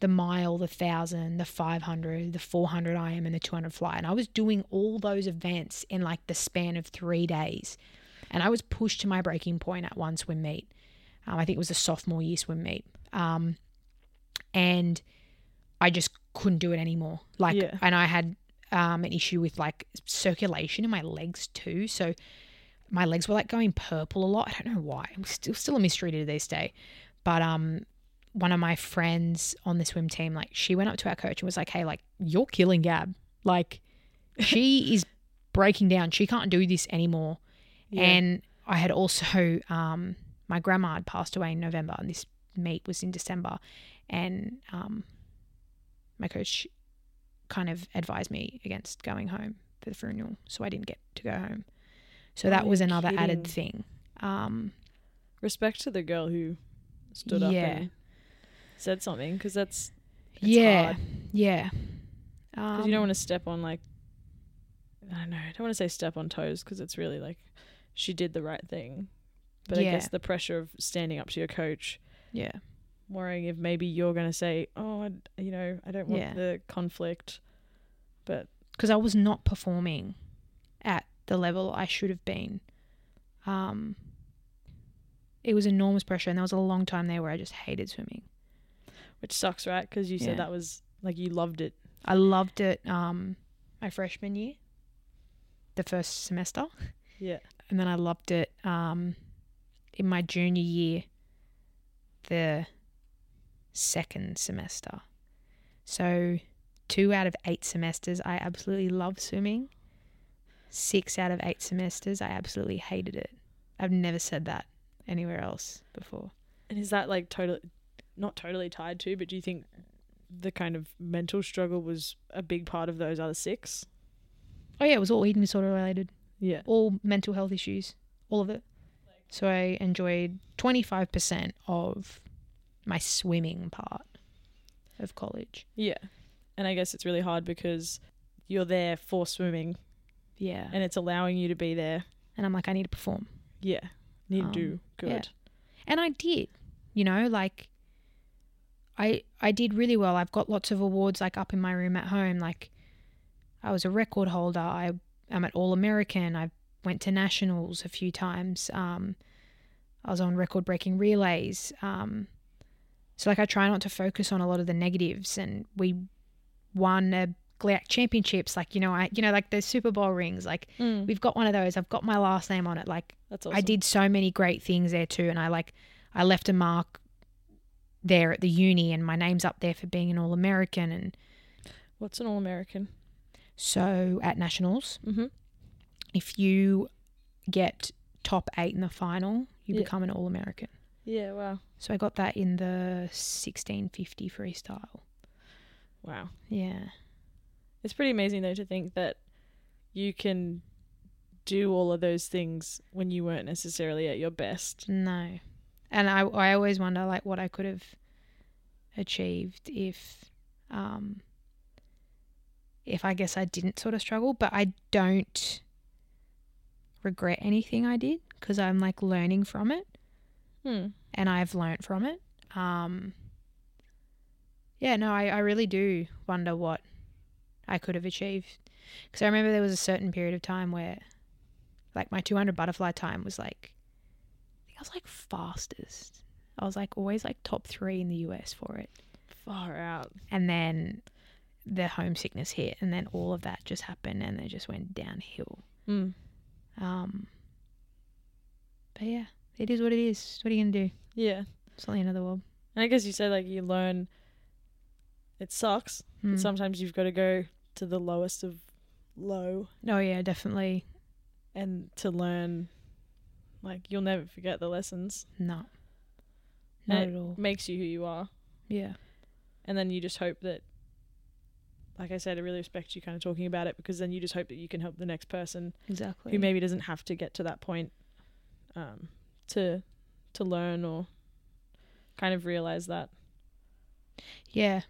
[SPEAKER 2] the mile, the thousand, the 500, the 400 IM, and the 200 fly. And I was doing all those events in like the span of three days. And I was pushed to my breaking point at one swim meet. Um, I think it was a sophomore year swim meet. Um, and I just couldn't do it anymore. Like,
[SPEAKER 1] Yeah.
[SPEAKER 2] and I had um, an issue with like circulation in my legs too. So my legs were like going purple a lot. I don't know why. I'm still still a mystery to this day. But um, one of my friends on the swim team, like she went up to our coach and was like, "Hey, like you're killing Gab. Like she is breaking down. She can't do this anymore."
[SPEAKER 1] Yeah.
[SPEAKER 2] And I had also, um, my grandma had passed away in November, and this meet was in December. And um, my coach kind of advised me against going home for the funeral, so I didn't get to go home. So
[SPEAKER 1] Oh,
[SPEAKER 2] that was
[SPEAKER 1] you're
[SPEAKER 2] another added
[SPEAKER 1] kidding.
[SPEAKER 2] thing. Um,
[SPEAKER 1] respect to the girl who stood up
[SPEAKER 2] Yeah.
[SPEAKER 1] and said something because that's it's
[SPEAKER 2] yeah,
[SPEAKER 1] hard.
[SPEAKER 2] yeah.
[SPEAKER 1] 'Cause
[SPEAKER 2] Um,
[SPEAKER 1] you don't want to step on like I don't know I don't want to say step on toes because it's really like she did the right thing but I
[SPEAKER 2] Yeah.
[SPEAKER 1] guess the pressure of standing up to your coach
[SPEAKER 2] yeah,
[SPEAKER 1] worrying if maybe you're going to say oh I d- you know I don't want
[SPEAKER 2] Yeah.
[SPEAKER 1] the conflict but
[SPEAKER 2] because I was not performing at the level I should have been. Um, it was enormous pressure, and there was a long time there where I just hated swimming.
[SPEAKER 1] which sucks right because you said
[SPEAKER 2] Yeah.
[SPEAKER 1] that was like you loved it
[SPEAKER 2] I loved it um, my freshman year, the first semester,
[SPEAKER 1] yeah
[SPEAKER 2] and then I loved it um, in my junior year, the second semester. So, two out of eight semesters, I absolutely love swimming. Six out of eight semesters, I absolutely hated it. I've never said that anywhere else before.
[SPEAKER 1] And is that like totally, not totally tied to, but do you think the kind of mental struggle was a big part of those other six?
[SPEAKER 2] Oh, yeah, it was all eating disorder related,
[SPEAKER 1] Yeah.
[SPEAKER 2] all mental health issues, all of it. So, I enjoyed 25% of my swimming part of college.
[SPEAKER 1] Yeah. And I guess it's really hard because you're there for swimming
[SPEAKER 2] Yeah.
[SPEAKER 1] and it's allowing you to be there.
[SPEAKER 2] And I'm like, I need to perform.
[SPEAKER 1] Yeah. Need
[SPEAKER 2] Um,
[SPEAKER 1] to do good.
[SPEAKER 2] yeah. and I did. You know, like I I did really well. I've got lots of awards like up in my room at home. Like I was a record holder. I am at All American. I went to nationals a few times. Um, I was on record breaking relays. Um, so like I try not to focus on a lot of the negatives. And we won a GLIAC championships. Like you know, I you know like the Super Bowl rings. Like
[SPEAKER 1] Mm.
[SPEAKER 2] we've got one of those. I've got my last name on it. Like
[SPEAKER 1] That's awesome.
[SPEAKER 2] I did so many great things there too, and I like I left a mark there at the uni, and my name's up there for being an All American, and
[SPEAKER 1] What's an All American?
[SPEAKER 2] so at nationals,
[SPEAKER 1] Mhm.
[SPEAKER 2] if you get top eight in the final, you
[SPEAKER 1] Yeah.
[SPEAKER 2] become an All American.
[SPEAKER 1] Yeah. Wow.
[SPEAKER 2] So I got that in the sixteen fifty freestyle.
[SPEAKER 1] Wow.
[SPEAKER 2] Yeah,
[SPEAKER 1] It's pretty amazing though to think that you can do all of those things when you weren't necessarily at your best.
[SPEAKER 2] no, and I I always wonder like what I could have achieved if um if I guess I didn't sort of struggle, but I don't regret anything I did because I'm like learning from it
[SPEAKER 1] Hmm.
[SPEAKER 2] and I've learnt from it. Um, yeah, no, I, I really do wonder what I could have achieved because I remember there was a certain period of time where like my 200 butterfly time was like, I think I was like fastest. I was like always like top three in the US for it
[SPEAKER 1] Far out.
[SPEAKER 2] and then the homesickness hit and then all of that just happened and they just went downhill
[SPEAKER 1] Mm.
[SPEAKER 2] um but yeah it is what it is what are you gonna do
[SPEAKER 1] Yeah.
[SPEAKER 2] it's not the end of the world
[SPEAKER 1] And I guess you said like you learn it sucks,
[SPEAKER 2] Mm.
[SPEAKER 1] but sometimes you've got to go to the lowest of low
[SPEAKER 2] oh yeah definitely
[SPEAKER 1] and to learn like you'll never forget the lessons.
[SPEAKER 2] no not
[SPEAKER 1] And
[SPEAKER 2] at all
[SPEAKER 1] Makes you who you are.
[SPEAKER 2] yeah
[SPEAKER 1] And then you just hope that like I said, I really respect you kind of talking about it because then you just hope that you can help the next person
[SPEAKER 2] exactly
[SPEAKER 1] who maybe doesn't have to get to that point um, to to learn or kind of realize that.
[SPEAKER 2] yeah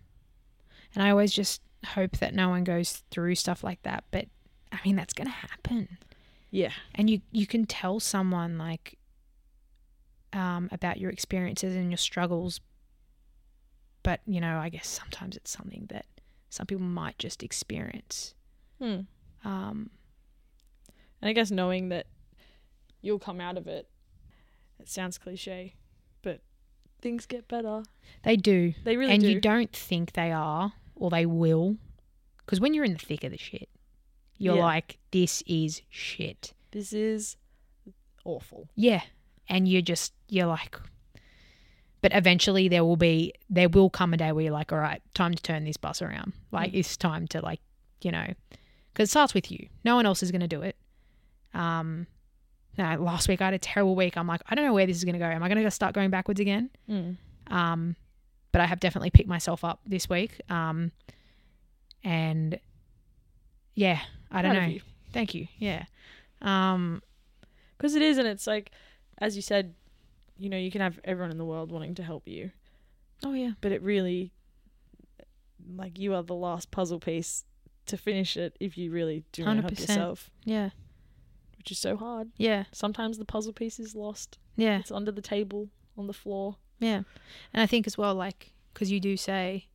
[SPEAKER 2] and i always just hope that no one goes through stuff like that but i mean that's gonna happen
[SPEAKER 1] Yeah.
[SPEAKER 2] and you you can tell someone like um, about your experiences and your struggles but you know i guess sometimes it's something that some people might just experience
[SPEAKER 1] Hmm.
[SPEAKER 2] um,
[SPEAKER 1] And I guess knowing that you'll come out of it, it sounds cliche, but things get better.
[SPEAKER 2] they do
[SPEAKER 1] They really
[SPEAKER 2] and
[SPEAKER 1] do.
[SPEAKER 2] you don't think they are or they will because when you're in the thick of the shit you're
[SPEAKER 1] Yeah.
[SPEAKER 2] like this is shit
[SPEAKER 1] this is awful.
[SPEAKER 2] Yeah. And you're just, you're like, but eventually there will be, there will come a day where you're like, all right, time to turn this bus around. Like, it's time to, like, you know, because it starts with you. No one else is going to do it. Um, no, last week I had a terrible week. I'm like, I don't know where this is going to go. Am I going to start going backwards again?
[SPEAKER 1] Mm.
[SPEAKER 2] Um, but I have definitely picked myself up this week. Um, and yeah, I don't know. Thank you. Yeah. Um,
[SPEAKER 1] Because it is, and it's like, as you said, you know, you can have everyone in the world wanting to help you,
[SPEAKER 2] oh, yeah.
[SPEAKER 1] but it really, like, you are the last puzzle piece to finish it if you really do want to help
[SPEAKER 2] 100%.
[SPEAKER 1] yourself,
[SPEAKER 2] Yeah.
[SPEAKER 1] which is so hard.
[SPEAKER 2] Yeah.
[SPEAKER 1] Sometimes the puzzle piece is lost.
[SPEAKER 2] Yeah.
[SPEAKER 1] It's under the table, on the floor.
[SPEAKER 2] Yeah. And I think as well, like, because you do say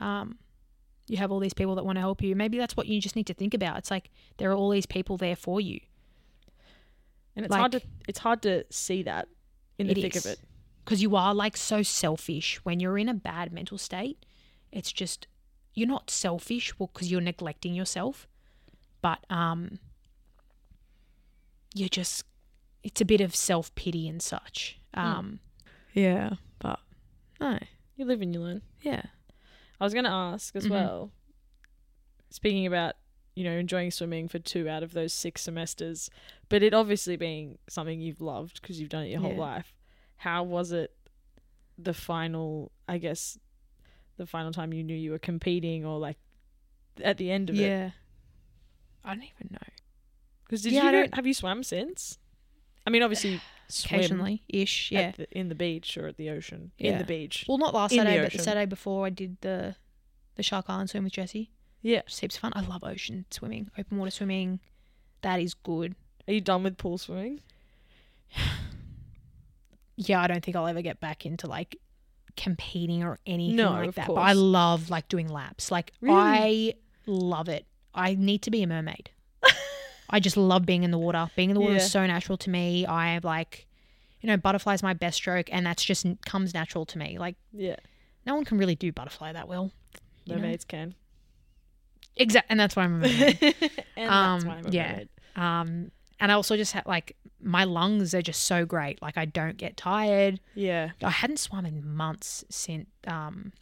[SPEAKER 2] um, you have all these people that want to help you. Maybe that's what you just need to think about. It's like there are all these people there for you.
[SPEAKER 1] And it's
[SPEAKER 2] Like-
[SPEAKER 1] hard to it's hard to see that in the
[SPEAKER 2] It
[SPEAKER 1] thick
[SPEAKER 2] is.
[SPEAKER 1] of it.
[SPEAKER 2] Because you are like so selfish when you're in a bad mental state. It's just, you're not selfish because you're neglecting yourself, but um, you're just, it's a bit of self pity and such.
[SPEAKER 1] Hmm.
[SPEAKER 2] Um,
[SPEAKER 3] Yeah, but no.
[SPEAKER 1] You live and you learn.
[SPEAKER 3] Yeah.
[SPEAKER 1] I was going to ask as
[SPEAKER 2] Mhm.
[SPEAKER 1] well, speaking about, you know, enjoying swimming for two out of those six semesters, but it obviously being something you've loved because you've done it your whole
[SPEAKER 2] Yeah.
[SPEAKER 1] life. How was it the final, I guess, the final time you knew you were competing or like at the end of it?
[SPEAKER 3] Yeah. I don't even know.
[SPEAKER 1] Because did
[SPEAKER 2] Yeah,
[SPEAKER 1] you
[SPEAKER 2] I
[SPEAKER 1] know-
[SPEAKER 2] don't-
[SPEAKER 1] have you swam since? I mean, obviously, swim
[SPEAKER 2] occasionally ish. Yeah.
[SPEAKER 1] at the, in the beach or at the ocean. In
[SPEAKER 2] Yeah.
[SPEAKER 1] the beach.
[SPEAKER 2] Well, not last
[SPEAKER 1] In the
[SPEAKER 2] Saturday, but the
[SPEAKER 1] ocean.
[SPEAKER 2] Saturday before, I did the the Shark Island swim with Jesse.
[SPEAKER 1] Yeah.
[SPEAKER 2] Just heaps of fun. I love ocean swimming, open water swimming. That is good.
[SPEAKER 1] Are you done with pool swimming?
[SPEAKER 2] Yeah, I don't think I'll ever get back into like competing or anything
[SPEAKER 1] No,
[SPEAKER 2] like
[SPEAKER 1] of
[SPEAKER 2] that. But I
[SPEAKER 1] course.
[SPEAKER 2] love like doing laps. Like I
[SPEAKER 1] Really?
[SPEAKER 2] love it. I need to be a mermaid. I just love being in the water. Being in the water
[SPEAKER 1] Yeah.
[SPEAKER 2] is so natural to me. I like, you know, butterfly's my best stroke, and that's just comes natural to me. Like
[SPEAKER 1] Yeah.
[SPEAKER 2] no one can really do butterfly that well. you know?
[SPEAKER 1] Mermaids can.
[SPEAKER 2] Exact, and that's why I'm a mermaid.
[SPEAKER 1] and
[SPEAKER 2] Um,
[SPEAKER 1] that's why I'm a
[SPEAKER 2] yeah.
[SPEAKER 1] mermaid.
[SPEAKER 2] Um, and I also just had like my lungs are just so great. Like I don't get tired.
[SPEAKER 1] Yeah.
[SPEAKER 2] I hadn't swum in months since um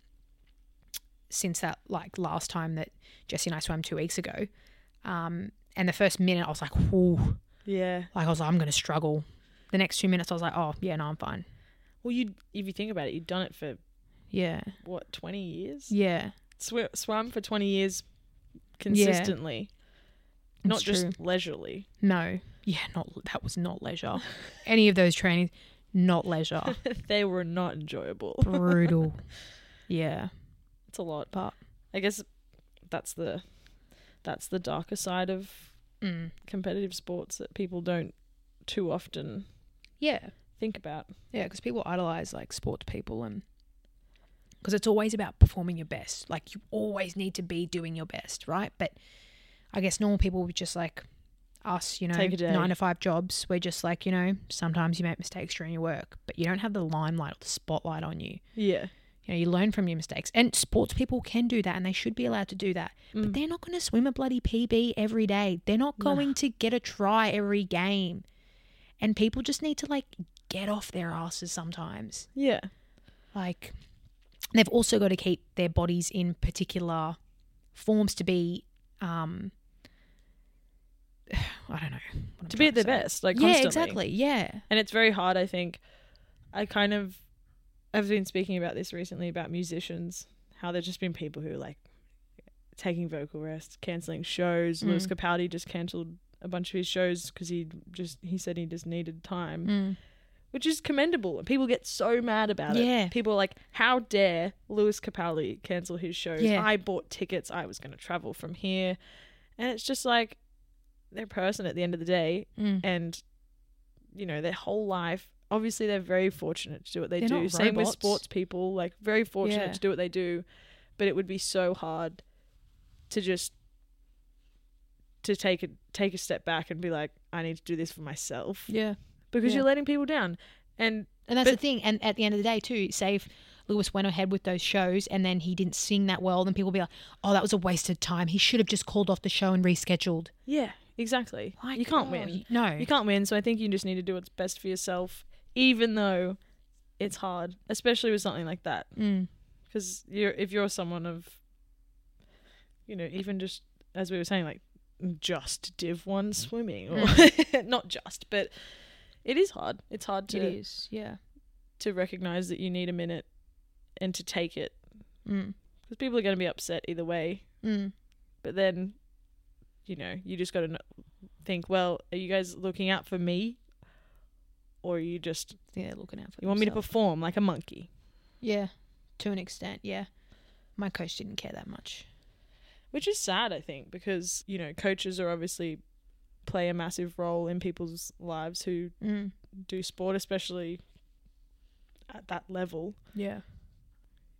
[SPEAKER 2] since that like last time that Jesse and I swam two weeks ago. Um, and the first minute I was like, Whoo,
[SPEAKER 1] Yeah.
[SPEAKER 2] like I was like, I'm gonna struggle. The next two minutes I was like, Oh yeah, no, I'm fine.
[SPEAKER 1] Well, you if you think about it, you've done it for
[SPEAKER 2] Yeah.
[SPEAKER 1] what twenty years.
[SPEAKER 2] Yeah.
[SPEAKER 1] Sw- swam for twenty years consistently, not
[SPEAKER 2] It's
[SPEAKER 1] just
[SPEAKER 2] true.
[SPEAKER 1] leisurely.
[SPEAKER 2] No. Yeah, not that was not leisure. Any of those trainings, not leisure.
[SPEAKER 1] they were not enjoyable.
[SPEAKER 2] Brutal. Yeah.
[SPEAKER 1] It's a lot,
[SPEAKER 2] But-
[SPEAKER 1] I guess that's the that's the darker side of
[SPEAKER 2] Mm.
[SPEAKER 1] competitive sports that people don't too often
[SPEAKER 2] Yeah.
[SPEAKER 1] think about.
[SPEAKER 2] Yeah, because people idolize like sports people, and because it's always about performing your best. Like you always need to be doing your best, right? But I guess normal people would just like us, you know,
[SPEAKER 1] Take a day.
[SPEAKER 2] nine to five jobs. We're just like, you know, sometimes you make mistakes during your work, but you don't have the limelight or the spotlight on you.
[SPEAKER 1] Yeah,
[SPEAKER 2] You know, you learn from your mistakes, and sports people can do that, and they should be allowed to do that. But
[SPEAKER 1] Mm.
[SPEAKER 2] they're not going to swim a bloody PB every day. They're not
[SPEAKER 1] No.
[SPEAKER 2] going to get a try every game, and people just need to like get off their asses sometimes.
[SPEAKER 1] yeah,
[SPEAKER 2] Like, they've also got to keep their bodies in particular forms to be, um, I don't know, what I'm
[SPEAKER 1] to be
[SPEAKER 2] trying
[SPEAKER 1] at their
[SPEAKER 2] say.
[SPEAKER 1] best, like
[SPEAKER 2] yeah,
[SPEAKER 1] constantly.
[SPEAKER 2] exactly. Yeah,
[SPEAKER 1] and it's very hard i think i kind of i've been speaking about this recently about musicians how there's just been people who are like taking vocal rest canceling shows lewis capaldi just cancelled a bunch of his shows because he just he said he just needed time
[SPEAKER 2] Mm.
[SPEAKER 1] which is commendable and people get so mad about
[SPEAKER 2] Yeah.
[SPEAKER 1] it people are like how dare lewis capaldi cancel his shows
[SPEAKER 2] Yeah.
[SPEAKER 1] i bought tickets i was going to travel from here and it's just like they're a person at the end of the day
[SPEAKER 2] Mm.
[SPEAKER 1] and you know their whole life obviously they're very fortunate to do what they
[SPEAKER 2] They're
[SPEAKER 1] do
[SPEAKER 2] not
[SPEAKER 1] same with
[SPEAKER 2] robots.
[SPEAKER 1] sports people like very fortunate
[SPEAKER 2] Yeah.
[SPEAKER 1] to do what they do but it would be so hard to just to take a take a step back and be like i need to do this for myself
[SPEAKER 2] yeah.
[SPEAKER 1] because
[SPEAKER 2] Yeah.
[SPEAKER 1] you're letting people down and
[SPEAKER 2] And that's
[SPEAKER 1] But-
[SPEAKER 2] the thing. And at the end of the day, too, say if Lewis went ahead with those shows and then he didn't sing that well, then people be like, oh, that was a waste of time. He should have just called off the show and rescheduled.
[SPEAKER 1] yeah exactly
[SPEAKER 2] Like,
[SPEAKER 1] you can't
[SPEAKER 2] oh,
[SPEAKER 1] win
[SPEAKER 2] y- No.
[SPEAKER 1] you can't win so i think you just need to do what's best for yourself even though it's hard especially with something like that
[SPEAKER 2] Mm.
[SPEAKER 1] because you're if you're someone of you know even just as we were saying like just div one
[SPEAKER 2] Mm.
[SPEAKER 1] swimming or not just but it is hard it's hard
[SPEAKER 2] It
[SPEAKER 1] to
[SPEAKER 2] is, yeah.
[SPEAKER 1] to recognize that you need a minute and to take it
[SPEAKER 2] Mm.
[SPEAKER 1] because people are going to be upset either way
[SPEAKER 2] Mm.
[SPEAKER 1] but then you know you just got to think well are you guys looking out for me or are you just
[SPEAKER 2] Yeah, looking out for
[SPEAKER 1] you want me to
[SPEAKER 2] themselves.
[SPEAKER 1] perform like a monkey
[SPEAKER 2] Yeah, to an extent, yeah. My coach didn't care that much.
[SPEAKER 1] which is sad i think because you know coaches are obviously play a massive role in people's lives who
[SPEAKER 2] Mm.
[SPEAKER 1] do sport especially at that level
[SPEAKER 2] Yeah.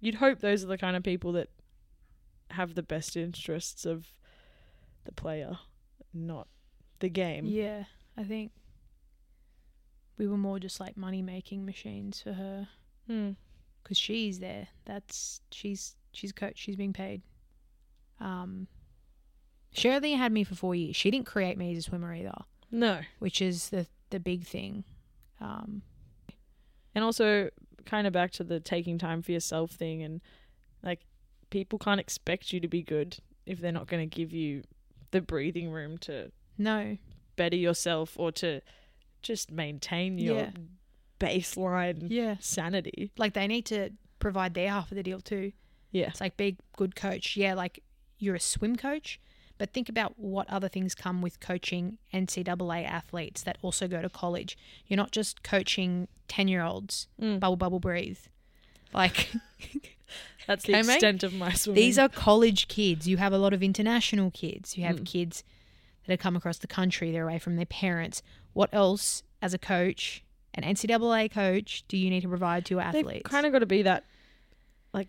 [SPEAKER 1] you'd hope those are the kind of people that have the best interests of the player not the game
[SPEAKER 2] Yeah, I think we were more just like money making machines for her
[SPEAKER 1] Hmm.
[SPEAKER 2] because she's there. That's she's she's coach. She's being paid. Um, Shirley had me for four years. She didn't create me as a swimmer either,
[SPEAKER 1] no
[SPEAKER 2] which is the the big thing. Um,
[SPEAKER 1] And also, kind of back to the taking time for yourself thing, and like people can't expect you to be good if they're not going to give you the breathing room to
[SPEAKER 2] no,
[SPEAKER 1] better yourself or to just maintain your
[SPEAKER 2] Yeah.
[SPEAKER 1] baseline
[SPEAKER 2] yeah,
[SPEAKER 1] sanity.
[SPEAKER 2] like they need to provide their half of the deal too.
[SPEAKER 1] Yeah.
[SPEAKER 2] It's like be a good coach. Yeah, like you're a swim coach, but think about what other things come with coaching NCAA athletes that also go to college. You're not just coaching ten year olds.
[SPEAKER 1] Mm.
[SPEAKER 2] Bubble bubble breathe. Like
[SPEAKER 1] That's the
[SPEAKER 2] Okay, mate.
[SPEAKER 1] extent of my swimming.
[SPEAKER 2] These are college kids. You have a lot of international kids. You have
[SPEAKER 1] Mm.
[SPEAKER 2] kids that have come across the country. They're away from their parents. What else, as a coach, an NCAA coach, do you need to provide to your
[SPEAKER 1] They've
[SPEAKER 2] athletes?
[SPEAKER 1] kind of got to be that like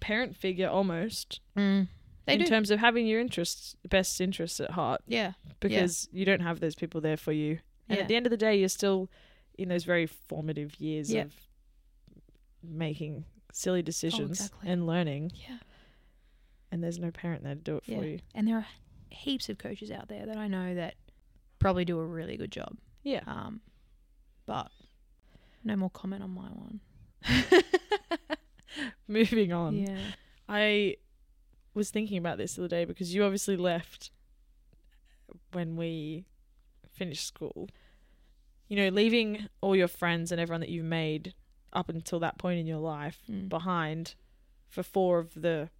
[SPEAKER 1] parent figure almost
[SPEAKER 2] Mm. They
[SPEAKER 1] in
[SPEAKER 2] do.
[SPEAKER 1] terms of having your interests, best interests at heart.
[SPEAKER 2] yeah.
[SPEAKER 1] because you don't have those people there for you. And
[SPEAKER 2] Yeah.
[SPEAKER 1] at the end of the day, you're still in those very formative years
[SPEAKER 2] Yeah.
[SPEAKER 1] of making silly decisions
[SPEAKER 2] exactly.
[SPEAKER 1] and learning.
[SPEAKER 2] Yeah.
[SPEAKER 1] And there's no parent there to do it
[SPEAKER 2] Yeah.
[SPEAKER 1] for you.
[SPEAKER 2] And there are heaps of coaches out there that I know that probably do a really good job.
[SPEAKER 1] Yeah.
[SPEAKER 2] Um, but no more comment on my one.
[SPEAKER 1] Moving on.
[SPEAKER 2] yeah.
[SPEAKER 1] I was thinking about this the other day because you obviously left when we finished school. You know, leaving all your friends and everyone that you've made up until that point in your life
[SPEAKER 2] Mm.
[SPEAKER 1] behind for four of the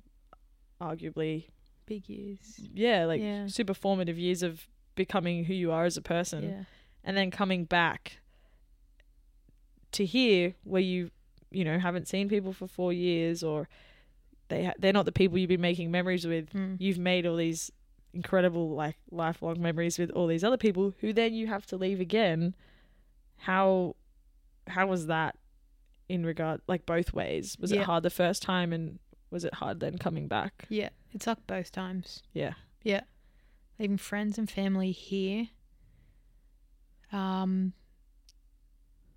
[SPEAKER 1] arguably
[SPEAKER 2] Big years.
[SPEAKER 1] yeah, like
[SPEAKER 2] Yeah.
[SPEAKER 1] super formative years of becoming who you are as a person
[SPEAKER 2] Yeah.
[SPEAKER 1] and then coming back to here where you you know haven't seen people for 4 years or they ha- they're not the people you've been making memories with.
[SPEAKER 2] Mm.
[SPEAKER 1] You've made all these incredible like lifelong memories with all these other people who then you have to leave again. How how was that in regard like both ways? Was
[SPEAKER 2] Yeah.
[SPEAKER 1] it hard the first time and was it hard then coming back?
[SPEAKER 2] Yeah. It sucked both times.
[SPEAKER 1] Yeah.
[SPEAKER 2] Yeah. Leaving friends and family here. Um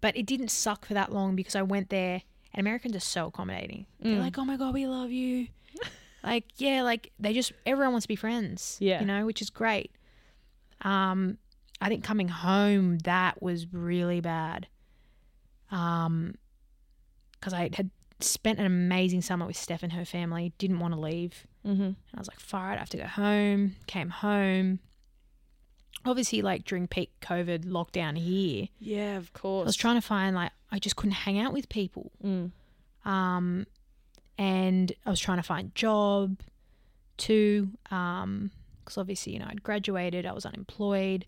[SPEAKER 2] but it didn't suck for that long because I went there and Americans are so accommodating. They're
[SPEAKER 1] Mm.
[SPEAKER 2] like, "Oh my god, we love you." like, yeah, like they just everyone wants to be friends,
[SPEAKER 1] Yeah.
[SPEAKER 2] you know, which is great. Um I think coming home that was really bad. Um cuz I had spent an amazing summer with Steph and her family, didn't want to leave.
[SPEAKER 1] Mhm.
[SPEAKER 2] And I was like, far out, I have to go home. Came home. Obviously, like during peak COVID lockdown here,
[SPEAKER 1] Yeah, of
[SPEAKER 2] I
[SPEAKER 1] course.
[SPEAKER 2] was trying to find, like, I just couldn't hang out with people. Um, and I was trying to find job too. Um, because obviously, you know, I'd graduated, I was unemployed.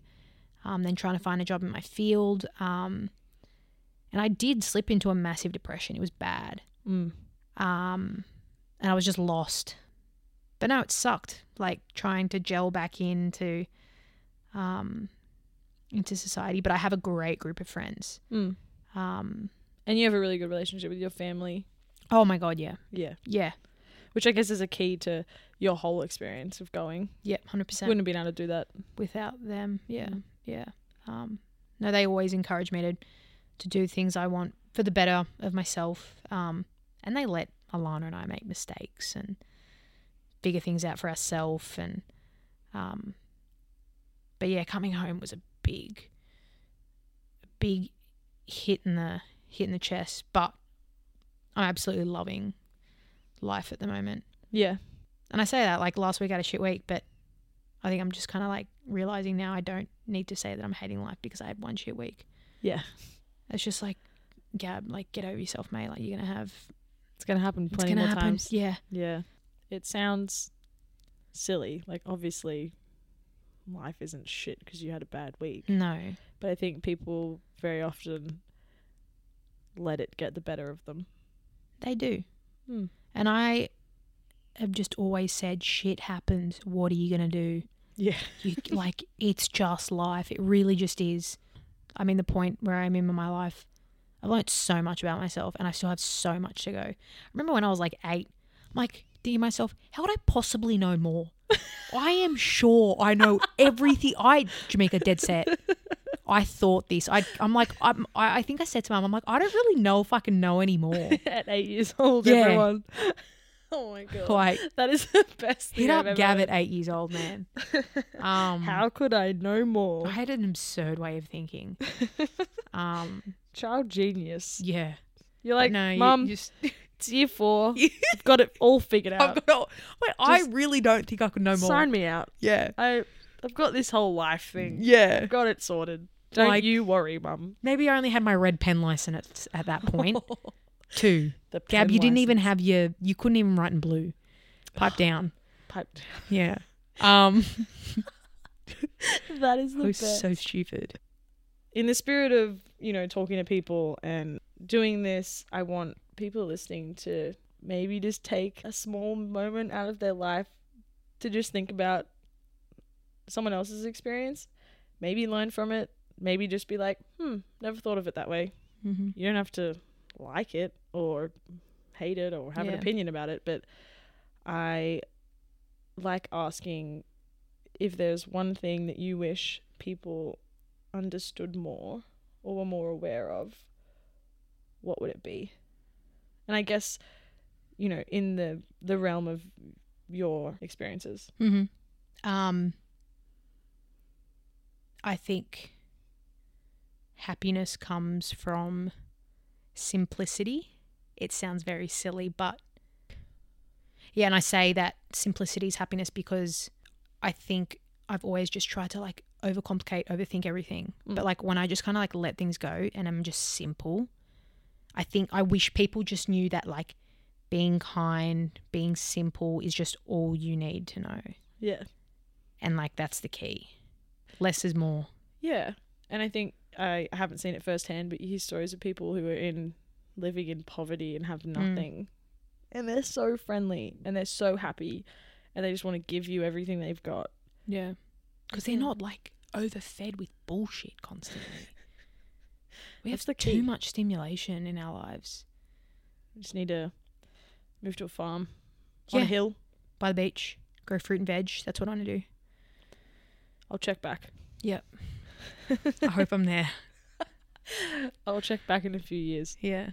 [SPEAKER 2] Um, then trying to find a job in my field. Um, and I did slip into a massive depression. It was bad
[SPEAKER 1] Mm.
[SPEAKER 2] um, and I was just lost. But no, it sucked. Like trying to gel back into, um, into society. But I have a great group of friends.
[SPEAKER 1] Mm.
[SPEAKER 2] Um,
[SPEAKER 1] And you have a really good relationship with your family.
[SPEAKER 2] oh my god, yeah,
[SPEAKER 1] Yeah.
[SPEAKER 2] yeah,
[SPEAKER 1] Which I guess is a key to your whole experience of going.
[SPEAKER 2] yep, hundred percent.
[SPEAKER 1] Wouldn't have been able to do that.
[SPEAKER 2] Without them, yeah,
[SPEAKER 1] Mm.
[SPEAKER 2] yeah. Um, no, they always encourage me to, to do things I want for the better of myself. Um, and they let Alana and I make mistakes and figure things out for ourselves. And, um, but yeah, coming home was a big, big hit in the hit in the chest. But I'm absolutely loving life at the moment.
[SPEAKER 1] Yeah.
[SPEAKER 2] And I say that like last week I had a shit week, but I think I'm just kind of like realizing now I don't need to say that I'm hating life because I had one shit week.
[SPEAKER 1] Yeah.
[SPEAKER 2] It's just like, Gab, like get over yourself, mate. Like you're gonna have,
[SPEAKER 1] It's going to happen
[SPEAKER 2] it's
[SPEAKER 1] plenty
[SPEAKER 2] gonna
[SPEAKER 1] more
[SPEAKER 2] happen.
[SPEAKER 1] times.
[SPEAKER 2] Yeah,
[SPEAKER 1] Yeah. It sounds silly. Like, obviously, life isn't shit because you had a bad week.
[SPEAKER 2] no,
[SPEAKER 1] But I think people very often let it get the better of them.
[SPEAKER 2] they do.
[SPEAKER 1] Hmm.
[SPEAKER 2] And I have just always said, shit happens. What are you gonna do?
[SPEAKER 1] Yeah.
[SPEAKER 2] You like, it's just life. It really just is. I mean, the point where I'm in my life, I've learned so much about myself, and I still have so much to go. I remember when I was like eight, I'm like thinking to myself, how would I possibly know more? I am sure I know everything. I Jamaica dead set. I thought this. I I'm like I'm, I I think I said to mum, I'm like I don't really know if I can know anymore.
[SPEAKER 1] At eight years old,
[SPEAKER 2] Yeah.
[SPEAKER 1] everyone. Oh my god.
[SPEAKER 2] Like,
[SPEAKER 1] That is the best thing.
[SPEAKER 2] hit up
[SPEAKER 1] I've
[SPEAKER 2] Gav
[SPEAKER 1] ever
[SPEAKER 2] at eight years old, man.
[SPEAKER 1] heard.
[SPEAKER 2] Um,
[SPEAKER 1] How could I know
[SPEAKER 2] I
[SPEAKER 1] more?
[SPEAKER 2] had an absurd way of thinking. Um,
[SPEAKER 1] Child genius.
[SPEAKER 2] yeah.
[SPEAKER 1] You're like,
[SPEAKER 2] no, you-
[SPEAKER 1] Mum,
[SPEAKER 2] you just-
[SPEAKER 1] it's year four. I've got it all figured
[SPEAKER 2] I've
[SPEAKER 1] out.
[SPEAKER 2] got all- Wait, I really don't think I could know more.
[SPEAKER 1] Sign me out.
[SPEAKER 2] yeah.
[SPEAKER 1] I, I've got this whole life thing.
[SPEAKER 2] Yeah.
[SPEAKER 1] I've got it sorted. Don't
[SPEAKER 2] Like-
[SPEAKER 1] you worry, Mum.
[SPEAKER 2] Maybe I only had my red pen license at, at that point. Two.
[SPEAKER 1] The
[SPEAKER 2] Gab,
[SPEAKER 1] pen
[SPEAKER 2] you didn't even
[SPEAKER 1] license.
[SPEAKER 2] have your, you couldn't even write in blue. Pipe down.
[SPEAKER 1] Piped.
[SPEAKER 2] Yeah. Um,
[SPEAKER 1] that is
[SPEAKER 2] I
[SPEAKER 1] the
[SPEAKER 2] was
[SPEAKER 1] best.
[SPEAKER 2] so stupid.
[SPEAKER 1] in the spirit of you know talking to people and doing this i want people listening to maybe just take a small moment out of their life to just think about someone else's experience maybe learn from it maybe just be like hmm never thought of it that way
[SPEAKER 2] Mm-hmm.
[SPEAKER 1] you don't have to like it or hate it or have an
[SPEAKER 2] Yeah.
[SPEAKER 1] opinion about it but i like asking if there's one thing that you wish people understood more or were more aware of what would it be and i guess you know in the the realm of your experiences
[SPEAKER 2] Mm-hmm. Um, I think happiness comes from simplicity. It sounds very silly, but yeah, and I say that simplicity is happiness because I think I've always just tried to like overcomplicate, overthink everything.
[SPEAKER 1] Mm.
[SPEAKER 2] But like when I just kind of like let things go and I'm just simple, I think I wish people just knew that like being kind, being simple is just all you need to know.
[SPEAKER 1] yeah
[SPEAKER 2] And like that's the key. Less is more.
[SPEAKER 1] Yeah. And I think I I haven't seen it firsthand, but you hear stories of people who are in living in poverty and have nothing. And they're so friendly and they're so happy and they just want to give you everything they've got.
[SPEAKER 3] Yeah.
[SPEAKER 2] Because they're
[SPEAKER 1] Yeah.
[SPEAKER 2] not like overfed with bullshit constantly. We have
[SPEAKER 1] That's the key.
[SPEAKER 2] too much stimulation in our lives.
[SPEAKER 1] You just need to move to a farm on
[SPEAKER 2] Yeah.
[SPEAKER 1] a hill.
[SPEAKER 2] By the beach, grow fruit and veg. That's what I want to do.
[SPEAKER 1] I'll check back.
[SPEAKER 2] I hope I'm there.
[SPEAKER 1] I'll check back in a few years.
[SPEAKER 3] Yeah.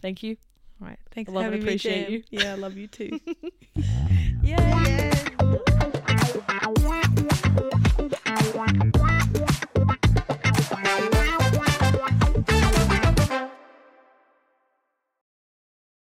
[SPEAKER 1] Thank you.
[SPEAKER 3] All right. Thanks
[SPEAKER 1] Love
[SPEAKER 3] for
[SPEAKER 1] and
[SPEAKER 3] having
[SPEAKER 1] appreciate
[SPEAKER 3] me,
[SPEAKER 1] you.
[SPEAKER 3] Jam. Yeah, I love you too.